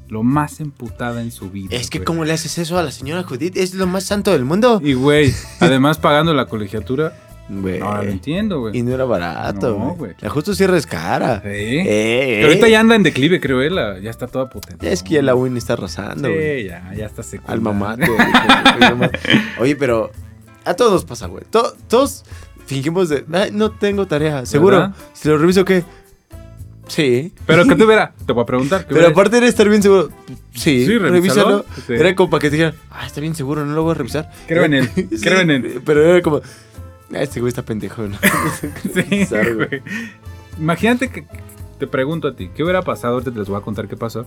Speaker 1: lo más emputada en su vida.
Speaker 2: Es que,
Speaker 1: güey.
Speaker 2: ¿cómo le haces eso a la señora Judith? Es lo más santo del mundo.
Speaker 1: Y, güey, además pagando la colegiatura.
Speaker 2: Güey.
Speaker 1: Ahora lo entiendo, güey.
Speaker 2: Eh, Y no era barato,
Speaker 1: No,
Speaker 2: güey.
Speaker 1: güey.
Speaker 2: La justo cierre es cara.
Speaker 1: Sí.
Speaker 2: Eh,
Speaker 1: Pero ahorita
Speaker 2: eh.
Speaker 1: ya anda en declive, creo él. la- Ya está toda potente.
Speaker 2: Es que ya la win está arrasando, güey.
Speaker 1: Sí, ya, ya está seco.
Speaker 2: Alma mater. güey, güey, güey. Oye, pero a todos nos pasa, güey. To- todos fingimos de, "Ay, no tengo tarea. Seguro.
Speaker 1: ¿Verdad?
Speaker 2: Si lo reviso, ¿qué? Sí.
Speaker 1: Pero que te hubiera, te voy a preguntar. ¿qué
Speaker 2: Pero
Speaker 1: hubiera-
Speaker 2: aparte era estar bien seguro. Sí,
Speaker 1: Sí, revísalo.
Speaker 2: revísalo.
Speaker 1: Sí.
Speaker 2: Era como para que te dijeran, ah, está bien seguro, no lo voy a revisar.
Speaker 1: Creo en él,
Speaker 2: Sí,
Speaker 1: creo en él.
Speaker 2: Pero era como, ah, este güey está pendejo. ¿no?"
Speaker 1: Sí,
Speaker 2: Sorry, güey.
Speaker 1: güey. Imagínate que que- te pregunto a ti, ¿qué hubiera pasado? Ahorita te les voy a contar qué pasó.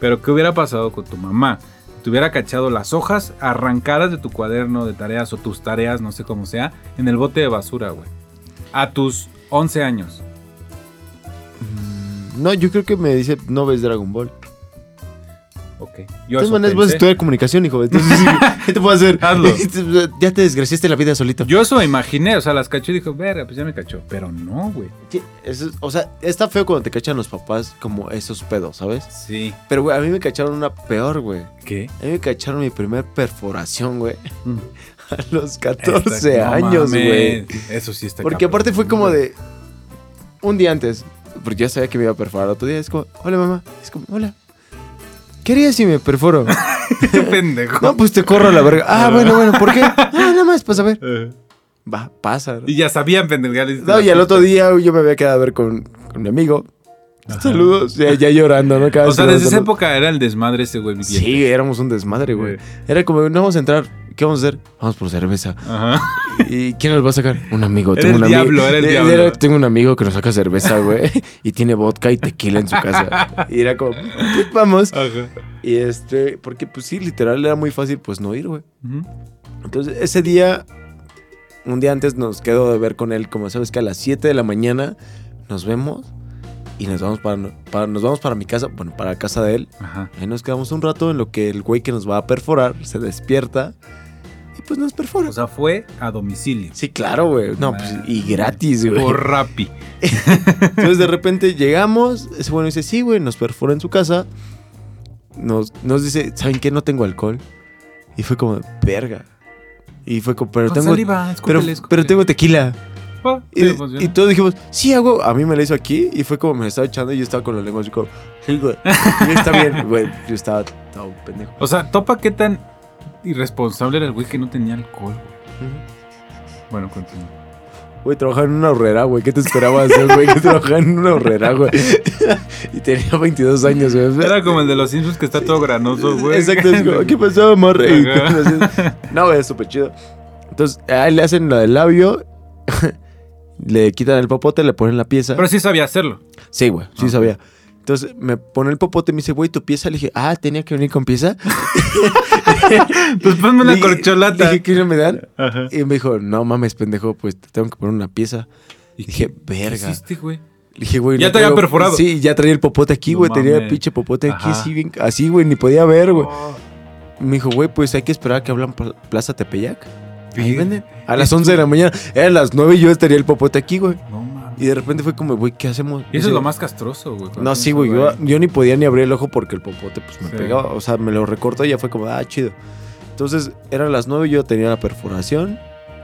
Speaker 1: Pero ¿qué hubiera pasado con tu mamá? Te hubiera cachado las hojas arrancadas de tu cuaderno de tareas o tus tareas, no sé cómo sea, en el bote de basura, güey. A tus 11 años.
Speaker 2: No, yo creo que me dice, no ves Dragon Ball.
Speaker 1: Ok.
Speaker 2: De
Speaker 1: Yo
Speaker 2: todas
Speaker 1: eso
Speaker 2: maneras, vas a
Speaker 1: pensé.
Speaker 2: estudiar comunicación, hijo. Entonces, sí, ¿qué te puedo hacer? Este, pues,
Speaker 1: Hazlo.
Speaker 2: ya te desgraciaste la vida solito.
Speaker 1: Yo eso me imaginé, o sea, las cachó y dijo, verga, pues ya me cachó. Pero no, güey.
Speaker 2: Sí, eso es- o sea, está feo cuando te cachan los papás como esos pedos, ¿sabes?
Speaker 1: Sí.
Speaker 2: Pero, güey, a mí me cacharon una peor, güey.
Speaker 1: ¿Qué?
Speaker 2: A mí me cacharon mi primer perforación, güey.
Speaker 1: Mm.
Speaker 2: A los
Speaker 1: Está-
Speaker 2: 14
Speaker 1: Este, no
Speaker 2: años, güey.
Speaker 1: mames, Eso sí está
Speaker 2: Porque aparte fue como de... Un día antes. Porque ya sabía que me iba a perforar. Otro día es como, hola, mamá. Es como, hola. ¿Qué harías si me perforo?
Speaker 1: Qué pendejo.
Speaker 2: no, pues te corro a la verga. Ah, bueno, bueno, ¿por qué? Ah, nada más para saber.
Speaker 1: Eh,
Speaker 2: Va, pasa. ¿no?
Speaker 1: Y ya sabían pendejar. les-
Speaker 2: No, y al otro día yo me había quedado a ver con, con mi amigo. Saludos, ya, ya llorando, ¿no? Cada
Speaker 1: O
Speaker 2: vez
Speaker 1: sea,
Speaker 2: que
Speaker 1: desde esa
Speaker 2: saludo.
Speaker 1: época era el desmadre ese güey. viviente.
Speaker 2: Sí, éramos un desmadre, güey.
Speaker 1: Sí.
Speaker 2: Era como, no vamos a entrar, ¿qué vamos a hacer? Vamos por cerveza.
Speaker 1: Ajá.
Speaker 2: ¿Y quién nos va a sacar? Un amigo.
Speaker 1: Era
Speaker 2: tengo
Speaker 1: el
Speaker 2: un ami-
Speaker 1: diablo, era el diablo.
Speaker 2: tengo un amigo que nos saca cerveza, güey. y tiene vodka y tequila en su casa. y era como, "Pues, vamos.
Speaker 1: Ajá.
Speaker 2: Y este, porque pues sí, literal era muy fácil, pues no ir, güey.
Speaker 1: Ujú.
Speaker 2: Entonces, ese día, un día antes nos quedó de ver con él, como sabes que a las 7 de la mañana nos vemos y nos vamos para, para- nos vamos para mi casa, bueno, para casa de él.
Speaker 1: Ajá.
Speaker 2: Ahí nos quedamos un rato en lo que el güey que nos va a perforar se despierta y pues nos perfora.
Speaker 1: O sea, fue a domicilio.
Speaker 2: sí, claro, güey. No, pues y gratis, güey.
Speaker 1: Por Rappi.
Speaker 2: Entonces de repente llegamos, ese bueno dice, sí, güey, nos perfora en su casa. Nos, nos dice, ¿saben qué? No tengo alcohol. Y fue como, verga. Y fue como, pero
Speaker 1: Con
Speaker 2: tengo...
Speaker 1: saliva, escúpele,
Speaker 2: pero, pero
Speaker 1: escúpele.
Speaker 2: tengo tequila.
Speaker 1: Ah, sí,
Speaker 2: Y,
Speaker 1: funciona.
Speaker 2: y todos dijimos, sí, hago. A mí me la hizo aquí y fue como me la estaba echando y yo estaba con la lengua así como, sí, güey. Y está bien, güey. Yo estaba todo pendejo.
Speaker 1: O sea, topa qué tan irresponsable era el güey que no tenía alcohol. Bueno, continúa.
Speaker 2: Güey, trabajaba en una horrera, güey. ¿Qué te esperaba hacer, güey? Que trabajaba en una horrera, güey. y tenía 22 años, güey.
Speaker 1: Era como el de los Simpsons que está todo granoso, güey.
Speaker 2: Exacto, es como, ¿qué pasó, amor? Y
Speaker 1: Ajá.
Speaker 2: cosas así. No, güey, es súper chido. Entonces, a él le hacen lo del labio, le quitan el popote, le ponen la pieza.
Speaker 1: Pero sí sabía hacerlo.
Speaker 2: Sí, güey, sí
Speaker 1: Ah.
Speaker 2: sabía. Entonces me pone el popote y me dice, güey, tu pieza. Le dije, ah, tenía que venir con pieza.
Speaker 1: Pues ponme una
Speaker 2: Le-
Speaker 1: corcholata.
Speaker 2: Le dije, ¿qué no me dan?
Speaker 1: Ajá.
Speaker 2: Y me dijo, no mames, pendejo, pues te tengo que poner una pieza.
Speaker 1: ¿Y
Speaker 2: dije,
Speaker 1: ¿Qué
Speaker 2: verga.
Speaker 1: hiciste, güey?
Speaker 2: Le dije, güey.
Speaker 1: Ya
Speaker 2: no
Speaker 1: te había
Speaker 2: traigo-
Speaker 1: perforado.
Speaker 2: Sí, ya traía el popote aquí,
Speaker 1: No
Speaker 2: güey. tenía el
Speaker 1: mames.
Speaker 2: pinche popote aquí,
Speaker 1: Ajá.
Speaker 2: así, bien, así, güey. Ni podía ver, güey. Me dijo, güey, pues hay que esperar a que hablan pl- Plaza Tepeyac. Ahí venden. A las 11 de la mañana. Era a las 9 y yo estaría el popote aquí, güey.
Speaker 1: No mames.
Speaker 2: Y de repente fue como, güey, ¿qué hacemos?
Speaker 1: Y
Speaker 2: Dice,
Speaker 1: eso es lo más castroso, güey. cuando
Speaker 2: No, sí, güey. Yo,
Speaker 1: piensas,
Speaker 2: yo ni podía ni abrir el ojo porque el popote pues me
Speaker 1: Sí.
Speaker 2: pegaba. O sea, me lo recortó y ya fue como, ah, chido. Entonces, eran las 9 y yo tenía la perforación.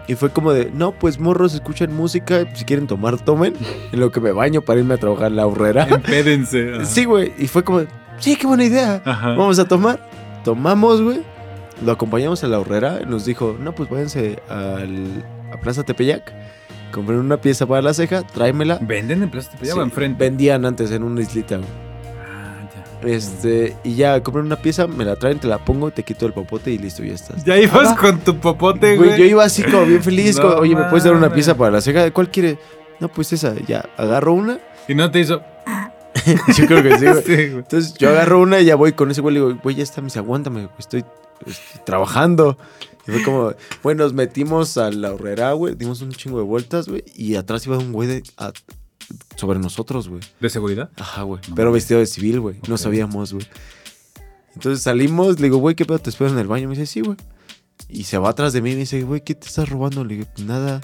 Speaker 2: Y fue como de, no, pues morros, escuchen música. Si quieren tomar, tomen. En lo que me baño para irme a trabajar en la horrera.
Speaker 1: Empédense. ajá.
Speaker 2: Sí, güey. Y fue como, sí, qué buena idea.
Speaker 1: Ajá.
Speaker 2: Vamos a tomar. Tomamos, güey. Lo acompañamos a la horrera. Nos dijo, no, pues váyanse al, a Plaza Tepeyac. Compren una pieza para la ceja, tráemela.
Speaker 1: ¿Venden en Plaza Tepeyac o
Speaker 2: Sí,
Speaker 1: enfrente?
Speaker 2: Vendían antes en una islita. güey.
Speaker 1: Ah, ya.
Speaker 2: Este, y ya, compré una pieza, me la traen, te la pongo, te quito el popote y listo, ya estás.
Speaker 1: Ya ibas
Speaker 2: Ah.
Speaker 1: con tu popote,
Speaker 2: Güey,
Speaker 1: güey.
Speaker 2: yo iba así como bien feliz,
Speaker 1: No
Speaker 2: como, oye, ¿me puedes dar una
Speaker 1: mames.
Speaker 2: pieza para la ceja? ¿Cuál quiere? No, pues esa, ya, agarro una.
Speaker 1: Y no te hizo.
Speaker 2: Yo creo que sí, güey.
Speaker 1: Sí, güey.
Speaker 2: Entonces yo agarro una y ya voy con ese güey y le digo, güey, ya está, me dice, aguántame, güey, estoy, estoy trabajando. Y fue como, bueno, nos metimos a la horrera, güey, dimos un chingo de vueltas, güey, y atrás iba un güey de- a- sobre nosotros, güey.
Speaker 1: ¿De seguridad?
Speaker 2: Ajá, güey.
Speaker 1: No
Speaker 2: pero
Speaker 1: mames.
Speaker 2: vestido de civil, güey. No
Speaker 1: Ok.
Speaker 2: sabíamos, güey. Entonces salimos, le digo, güey, ¿qué pedo? ¿Te esperas en el baño? Me dice, sí, güey. Y se va atrás de mí y me dice, güey, ¿qué te estás robando? Le dije, "Pues nada.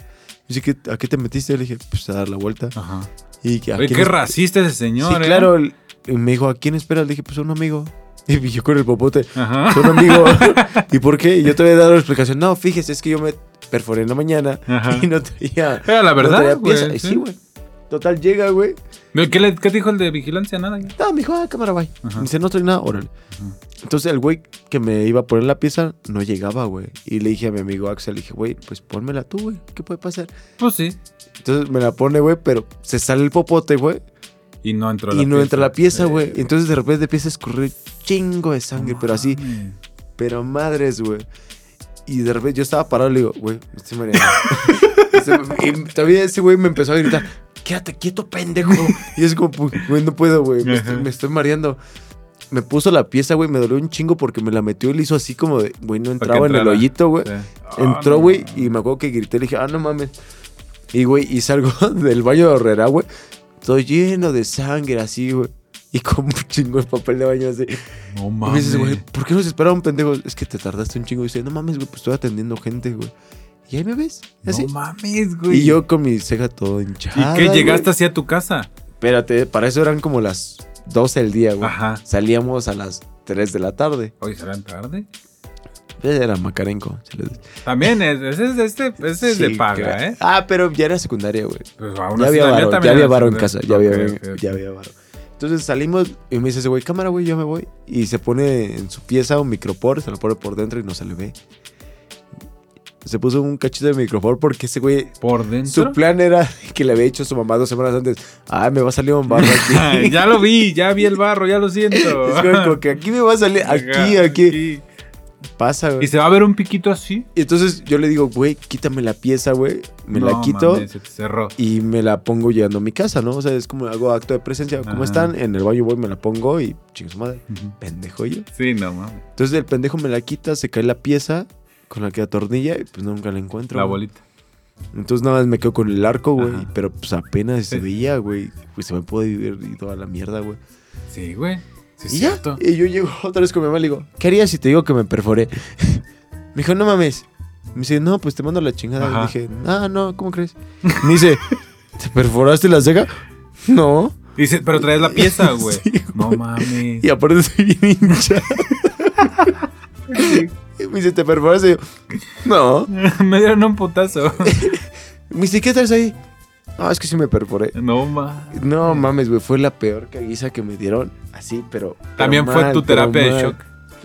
Speaker 2: Me dice, "¿Qué- ¿a qué te metiste? Le dije, pues a dar la vuelta.
Speaker 1: Ajá.
Speaker 2: Y que, ¿a
Speaker 1: Oye,
Speaker 2: quién
Speaker 1: Ah. qué
Speaker 2: es-
Speaker 1: racista ese señor,
Speaker 2: Sí,
Speaker 1: ¿eh?
Speaker 2: claro. el- y me dijo, ¿a quién esperas? Le dije, pues a un amigo. Y yo con el popote,
Speaker 1: Ajá.
Speaker 2: un amigo. ¿Y por qué? Y yo te había dado la explicación. No, fíjese, es que yo me perforé en la mañana
Speaker 1: Ajá.
Speaker 2: y no traía.
Speaker 1: Era la
Speaker 2: no traía
Speaker 1: verdad,
Speaker 2: pieza.
Speaker 1: güey.
Speaker 2: Y Sí, güey. Total, llega, güey.
Speaker 1: ¿Qué, le- qué te dijo el de vigilancia? Nada. ya.
Speaker 2: No, me dijo, ah, cámara, bye.
Speaker 1: Ajá.
Speaker 2: Me dice, no trae nada, órale.
Speaker 1: Ajá.
Speaker 2: Entonces el güey que me iba a poner la pieza no llegaba, güey. Y le dije a mi amigo Axel, le dije, güey, pues pónmela tú, güey. ¿Qué puede pasar?
Speaker 1: Pues sí.
Speaker 2: Entonces me la pone, güey, pero se sale el popote, güey.
Speaker 1: Y no entró la
Speaker 2: Y no entra la pieza,
Speaker 1: Eh,
Speaker 2: güey. Entonces de repente empieza a escurrir chingo de sangre, pero así,
Speaker 1: mames.
Speaker 2: pero madres, güey. Y de repente yo estaba parado y le digo, güey, me estoy mareando. Ese- y todavía ese güey me empezó a gritar, quédate quieto, pendejo. Y es como, "Pu- güey, no puedo, güey, me, estoy-
Speaker 1: Ajá.
Speaker 2: me estoy mareando. Me puso la pieza, güey, me dolió un chingo porque me la metió y le hizo así como de, güey, no
Speaker 1: Para que
Speaker 2: entraba en el
Speaker 1: entrara.
Speaker 2: hoyito, güey.
Speaker 1: Sí.
Speaker 2: Entró,
Speaker 1: Ah,
Speaker 2: güey,
Speaker 1: no.
Speaker 2: y me acuerdo que grité, le dije, ah, no mames. Y, güey, y salgo del baño de Herrera, güey, todo lleno de sangre, así, güey. Y con un chingo de papel de baño así.
Speaker 1: No
Speaker 2: Y me dices, güey,
Speaker 1: mames.
Speaker 2: ¿por qué nos esperaron, pendejos? Es que te tardaste un chingo. Y dice, no mames, güey, pues estoy atendiendo gente, güey. Y ahí me ves, así.
Speaker 1: No mames, güey.
Speaker 2: y yo con mi ceja todo hinchada.
Speaker 1: ¿Y qué? ¿Llegaste
Speaker 2: güey.
Speaker 1: así a tu casa?
Speaker 2: Espérate, para eso eran como las 12 del día, güey.
Speaker 1: Ajá.
Speaker 2: Salíamos a las 3 de la tarde.
Speaker 1: Oye, ¿serán tarde?
Speaker 2: Era Macarenco. se les-
Speaker 1: También, es- ese es, este, ese es de
Speaker 2: Sí,
Speaker 1: paga,
Speaker 2: claro.
Speaker 1: ¿eh?
Speaker 2: Ah, pero ya era secundaria, güey.
Speaker 1: Pues aún así,
Speaker 2: Ya había
Speaker 1: la mía
Speaker 2: varo, ya
Speaker 1: también
Speaker 2: había
Speaker 1: era
Speaker 2: varo en casa,
Speaker 1: secundaria.
Speaker 2: ya había,
Speaker 1: Ok, ok, ok.
Speaker 2: ya había varo. Entonces salimos y me dice ese güey, cámara, güey, yo me voy. Y se pone en su pieza un micropor, se lo pone por dentro y no se le ve. Se puso un cachito de micropor porque ese güey,
Speaker 1: ¿Por dentro?
Speaker 2: su plan era que le había hecho su mamá dos semanas antes. Ah, me va a salir un barro
Speaker 1: Ay,
Speaker 2: aquí.
Speaker 1: ya lo vi, ya vi el barro, ya lo siento.
Speaker 2: Es como, como que aquí me va a salir, aquí,
Speaker 1: Ajá,
Speaker 2: aquí. Pasa,
Speaker 1: Y
Speaker 2: güey.
Speaker 1: se va a ver un piquito así.
Speaker 2: Y entonces yo le digo, güey, quítame la pieza, güey. Me la
Speaker 1: No,
Speaker 2: quito.
Speaker 1: mames, se te cerró.
Speaker 2: y me la pongo llegando a mi casa, ¿no? O sea, es como hago acto de presencia. ¿Cómo
Speaker 1: Ajá.
Speaker 2: están? En el baño voy, me la pongo y chingo su madre.
Speaker 1: Ujú.
Speaker 2: Pendejo yo.
Speaker 1: Sí, no mames.
Speaker 2: Entonces el pendejo me la quita, se cae la pieza con la que atornilla y pues nunca la encuentro.
Speaker 1: La
Speaker 2: güey.
Speaker 1: bolita.
Speaker 2: Entonces nada más me quedo con el arco, güey.
Speaker 1: Ajá.
Speaker 2: Pero pues apenas se
Speaker 1: Sí.
Speaker 2: veía, güey. Pues se me puede vivir y toda la mierda, güey.
Speaker 1: Sí, güey. Sí, es
Speaker 2: y ya.
Speaker 1: cierto.
Speaker 2: Y yo llego otra vez con mi mamá y le digo, ¿qué harías si te digo que me perforé? me dijo, no mames. Me dice, no, pues te mando la chingada.
Speaker 1: Ajá.
Speaker 2: Le dije, ah, no, ¿cómo crees? Me dice, ¿te perforaste la ceja? No.
Speaker 1: Dice, pero traes la pieza, güey.
Speaker 2: Sí,
Speaker 1: no
Speaker 2: güey.
Speaker 1: mames.
Speaker 2: Y aparte estoy bien hinchado. Y me dice, ¿te perforaste? Y yo, no.
Speaker 1: me dieron un putazo.
Speaker 2: Me dice, ¿qué traes ahí? No, es que sí me perforé.
Speaker 1: no mames.
Speaker 2: No mames, güey, fue la peor caguiza que me dieron. Así, pero. pero
Speaker 1: También fue
Speaker 2: mal,
Speaker 1: tu
Speaker 2: pero
Speaker 1: terapia de
Speaker 2: mal.
Speaker 1: shock.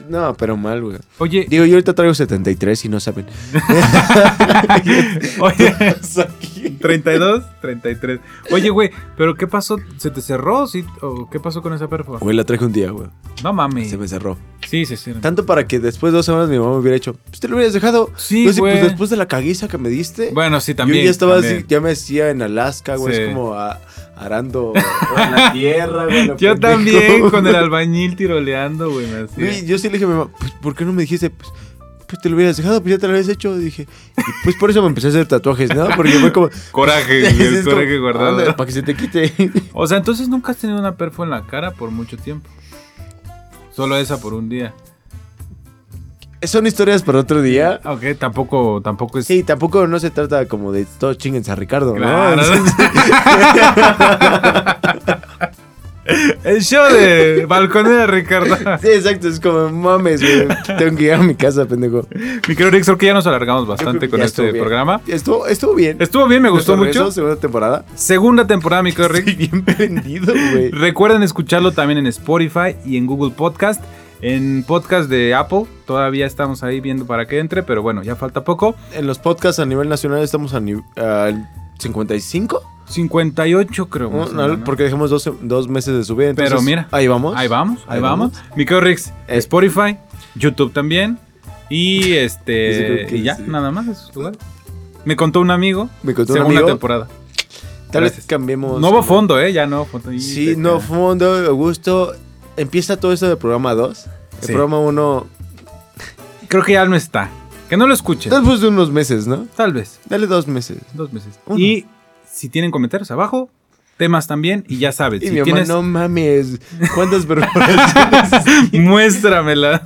Speaker 2: No, pero mal, güey.
Speaker 1: Oye,
Speaker 2: Digo, yo ahorita traigo 73 y no saben.
Speaker 1: oye. 32, 33. Oye, güey, pero ¿qué pasó? ¿Se te cerró? ¿Sí? ¿O ¿Qué pasó con esa perfo?
Speaker 2: Güey, la traje un día, güey.
Speaker 1: No mames.
Speaker 2: Se me cerró.
Speaker 1: Sí, se cierra.
Speaker 2: Tanto para que después de dos semanas mi mamá me hubiera hecho, pues te lo hubieras dejado.
Speaker 1: Sí,
Speaker 2: No sé, pues,
Speaker 1: güey.
Speaker 2: después de la caguiza que me diste.
Speaker 1: Bueno, sí, también.
Speaker 2: Yo ya estaba
Speaker 1: también.
Speaker 2: así, ya me hacía en Alaska, güey.
Speaker 1: Sí.
Speaker 2: Es como a- arando en la tierra, güey. lo
Speaker 1: Yo
Speaker 2: pendejo.
Speaker 1: también, con el albañil tiroleando, güey. me hacía.
Speaker 2: Güey, yo sí le dije a mi mamá, pues, ¿por qué no me dijiste? Pues, pues te lo hubieras dejado, pues ya te lo habías hecho. Dije, y pues por eso me empecé a hacer tatuajes, ¿no? Porque fue como.
Speaker 1: Coraje,
Speaker 2: Sí,
Speaker 1: güey,
Speaker 2: es
Speaker 1: el
Speaker 2: como,
Speaker 1: coraje guardado.
Speaker 2: "Ándale, Para que se te quite.
Speaker 1: O sea, entonces nunca has tenido una perfo en la cara por mucho tiempo. Solo esa por un día.
Speaker 2: Son historias para otro día.
Speaker 1: Ah, Ok, tampoco, tampoco es.
Speaker 2: Sí, tampoco no se trata como de todos chinguense a Ricardo, ¿no?
Speaker 1: Claro.
Speaker 2: Entonces,
Speaker 1: El show de Balconera Ricardo.
Speaker 2: sí, exacto, es como mames, güey. Tengo que ir a mi casa, pendejo.
Speaker 1: Mi querido Rick, creo que ya nos alargamos bastante
Speaker 2: creo que
Speaker 1: con
Speaker 2: ya
Speaker 1: este
Speaker 2: estuvo bien.
Speaker 1: programa.
Speaker 2: Estuvo, estuvo bien.
Speaker 1: Estuvo bien, me gustó
Speaker 2: Regresó,
Speaker 1: mucho.
Speaker 2: Segunda temporada.
Speaker 1: Segunda temporada, mi querido Rick.
Speaker 2: bien vendido, güey.
Speaker 1: Recuerden escucharlo también en Spotify y en Google Podcast. En podcast de Apple, todavía estamos ahí viendo para que entre, pero bueno, ya falta poco.
Speaker 2: En los podcasts a nivel nacional estamos a nivel 55.
Speaker 1: 58 creo.
Speaker 2: No,
Speaker 1: más o
Speaker 2: no,
Speaker 1: menos.
Speaker 2: porque dejamos dos, dos meses de subida. entonces,
Speaker 1: Pero mira,
Speaker 2: Ahí vamos.
Speaker 1: Ahí vamos, ahí, vamos. Mi querido Rix,
Speaker 2: Eh.
Speaker 1: Spotify, YouTube también. Y
Speaker 2: Yo sí creo
Speaker 1: este.
Speaker 2: que
Speaker 1: y ya,
Speaker 2: sí.
Speaker 1: nada más esos lugares. Me contó un amigo.
Speaker 2: Me contó un
Speaker 1: segunda
Speaker 2: amigo.
Speaker 1: temporada.
Speaker 2: Tal vez
Speaker 1: Gracias.
Speaker 2: cambiemos.
Speaker 1: Nuevo fondo, ¿eh? Ya nuevo fondo. Y
Speaker 2: Sí,
Speaker 1: te-
Speaker 2: no fondo, Augusto. Empieza todo esto del programa 2. El
Speaker 1: Sí.
Speaker 2: programa 1.
Speaker 1: Creo que ya no está. Que no lo escuchen.
Speaker 2: Después de unos meses, ¿no?
Speaker 1: Tal vez.
Speaker 2: Dale dos meses.
Speaker 1: Dos meses.
Speaker 2: Uno.
Speaker 1: Y si tienen comentarios abajo, temas también. Y ya sabes.
Speaker 2: Y
Speaker 1: si
Speaker 2: mi mamá,
Speaker 1: tienes,
Speaker 2: no mames. ¿Cuántas perforaciones?
Speaker 1: Muéstramela.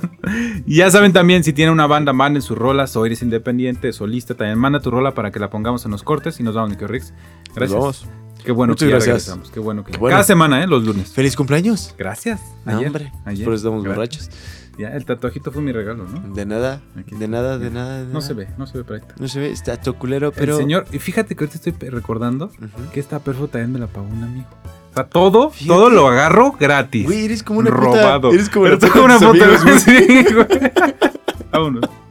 Speaker 1: Ya saben también, si tiene una banda, manden sus rolas o eres independiente, solista, también manda tu rola para que la pongamos en los cortes y nos vamos, Nico Rix. Gracias.
Speaker 2: Vamos.
Speaker 1: Qué bueno
Speaker 2: Muchas
Speaker 1: que ya
Speaker 2: gracias.
Speaker 1: regresamos. Qué bueno que
Speaker 2: Qué bueno.
Speaker 1: Cada semana, ¿eh? Los lunes.
Speaker 2: Feliz cumpleaños.
Speaker 1: Gracias.
Speaker 2: No,
Speaker 1: Ayer,
Speaker 2: hombre.
Speaker 1: ayer.
Speaker 2: Por eso estamos
Speaker 1: Gracias.
Speaker 2: borrachos.
Speaker 1: Ya, el tatuajito fue mi regalo, ¿no?
Speaker 2: De nada,
Speaker 1: Aquí.
Speaker 2: de nada, de nada. de
Speaker 1: No se
Speaker 2: nada.
Speaker 1: ve, no se ve por ahí.
Speaker 2: No se ve, está todo culero, pero.
Speaker 1: El señor, y fíjate que ahorita estoy pe- recordando
Speaker 2: Ujú.
Speaker 1: que esta perfo también me la pagó un amigo. O sea, todo,
Speaker 2: Fíjate.
Speaker 1: todo lo agarro gratis.
Speaker 2: Güey, eres como una puta-
Speaker 1: robado.
Speaker 2: Eres como una
Speaker 1: Eres
Speaker 2: puta de tus
Speaker 1: puta,
Speaker 2: amigos,
Speaker 1: güey. Sí, güey. Vámonos.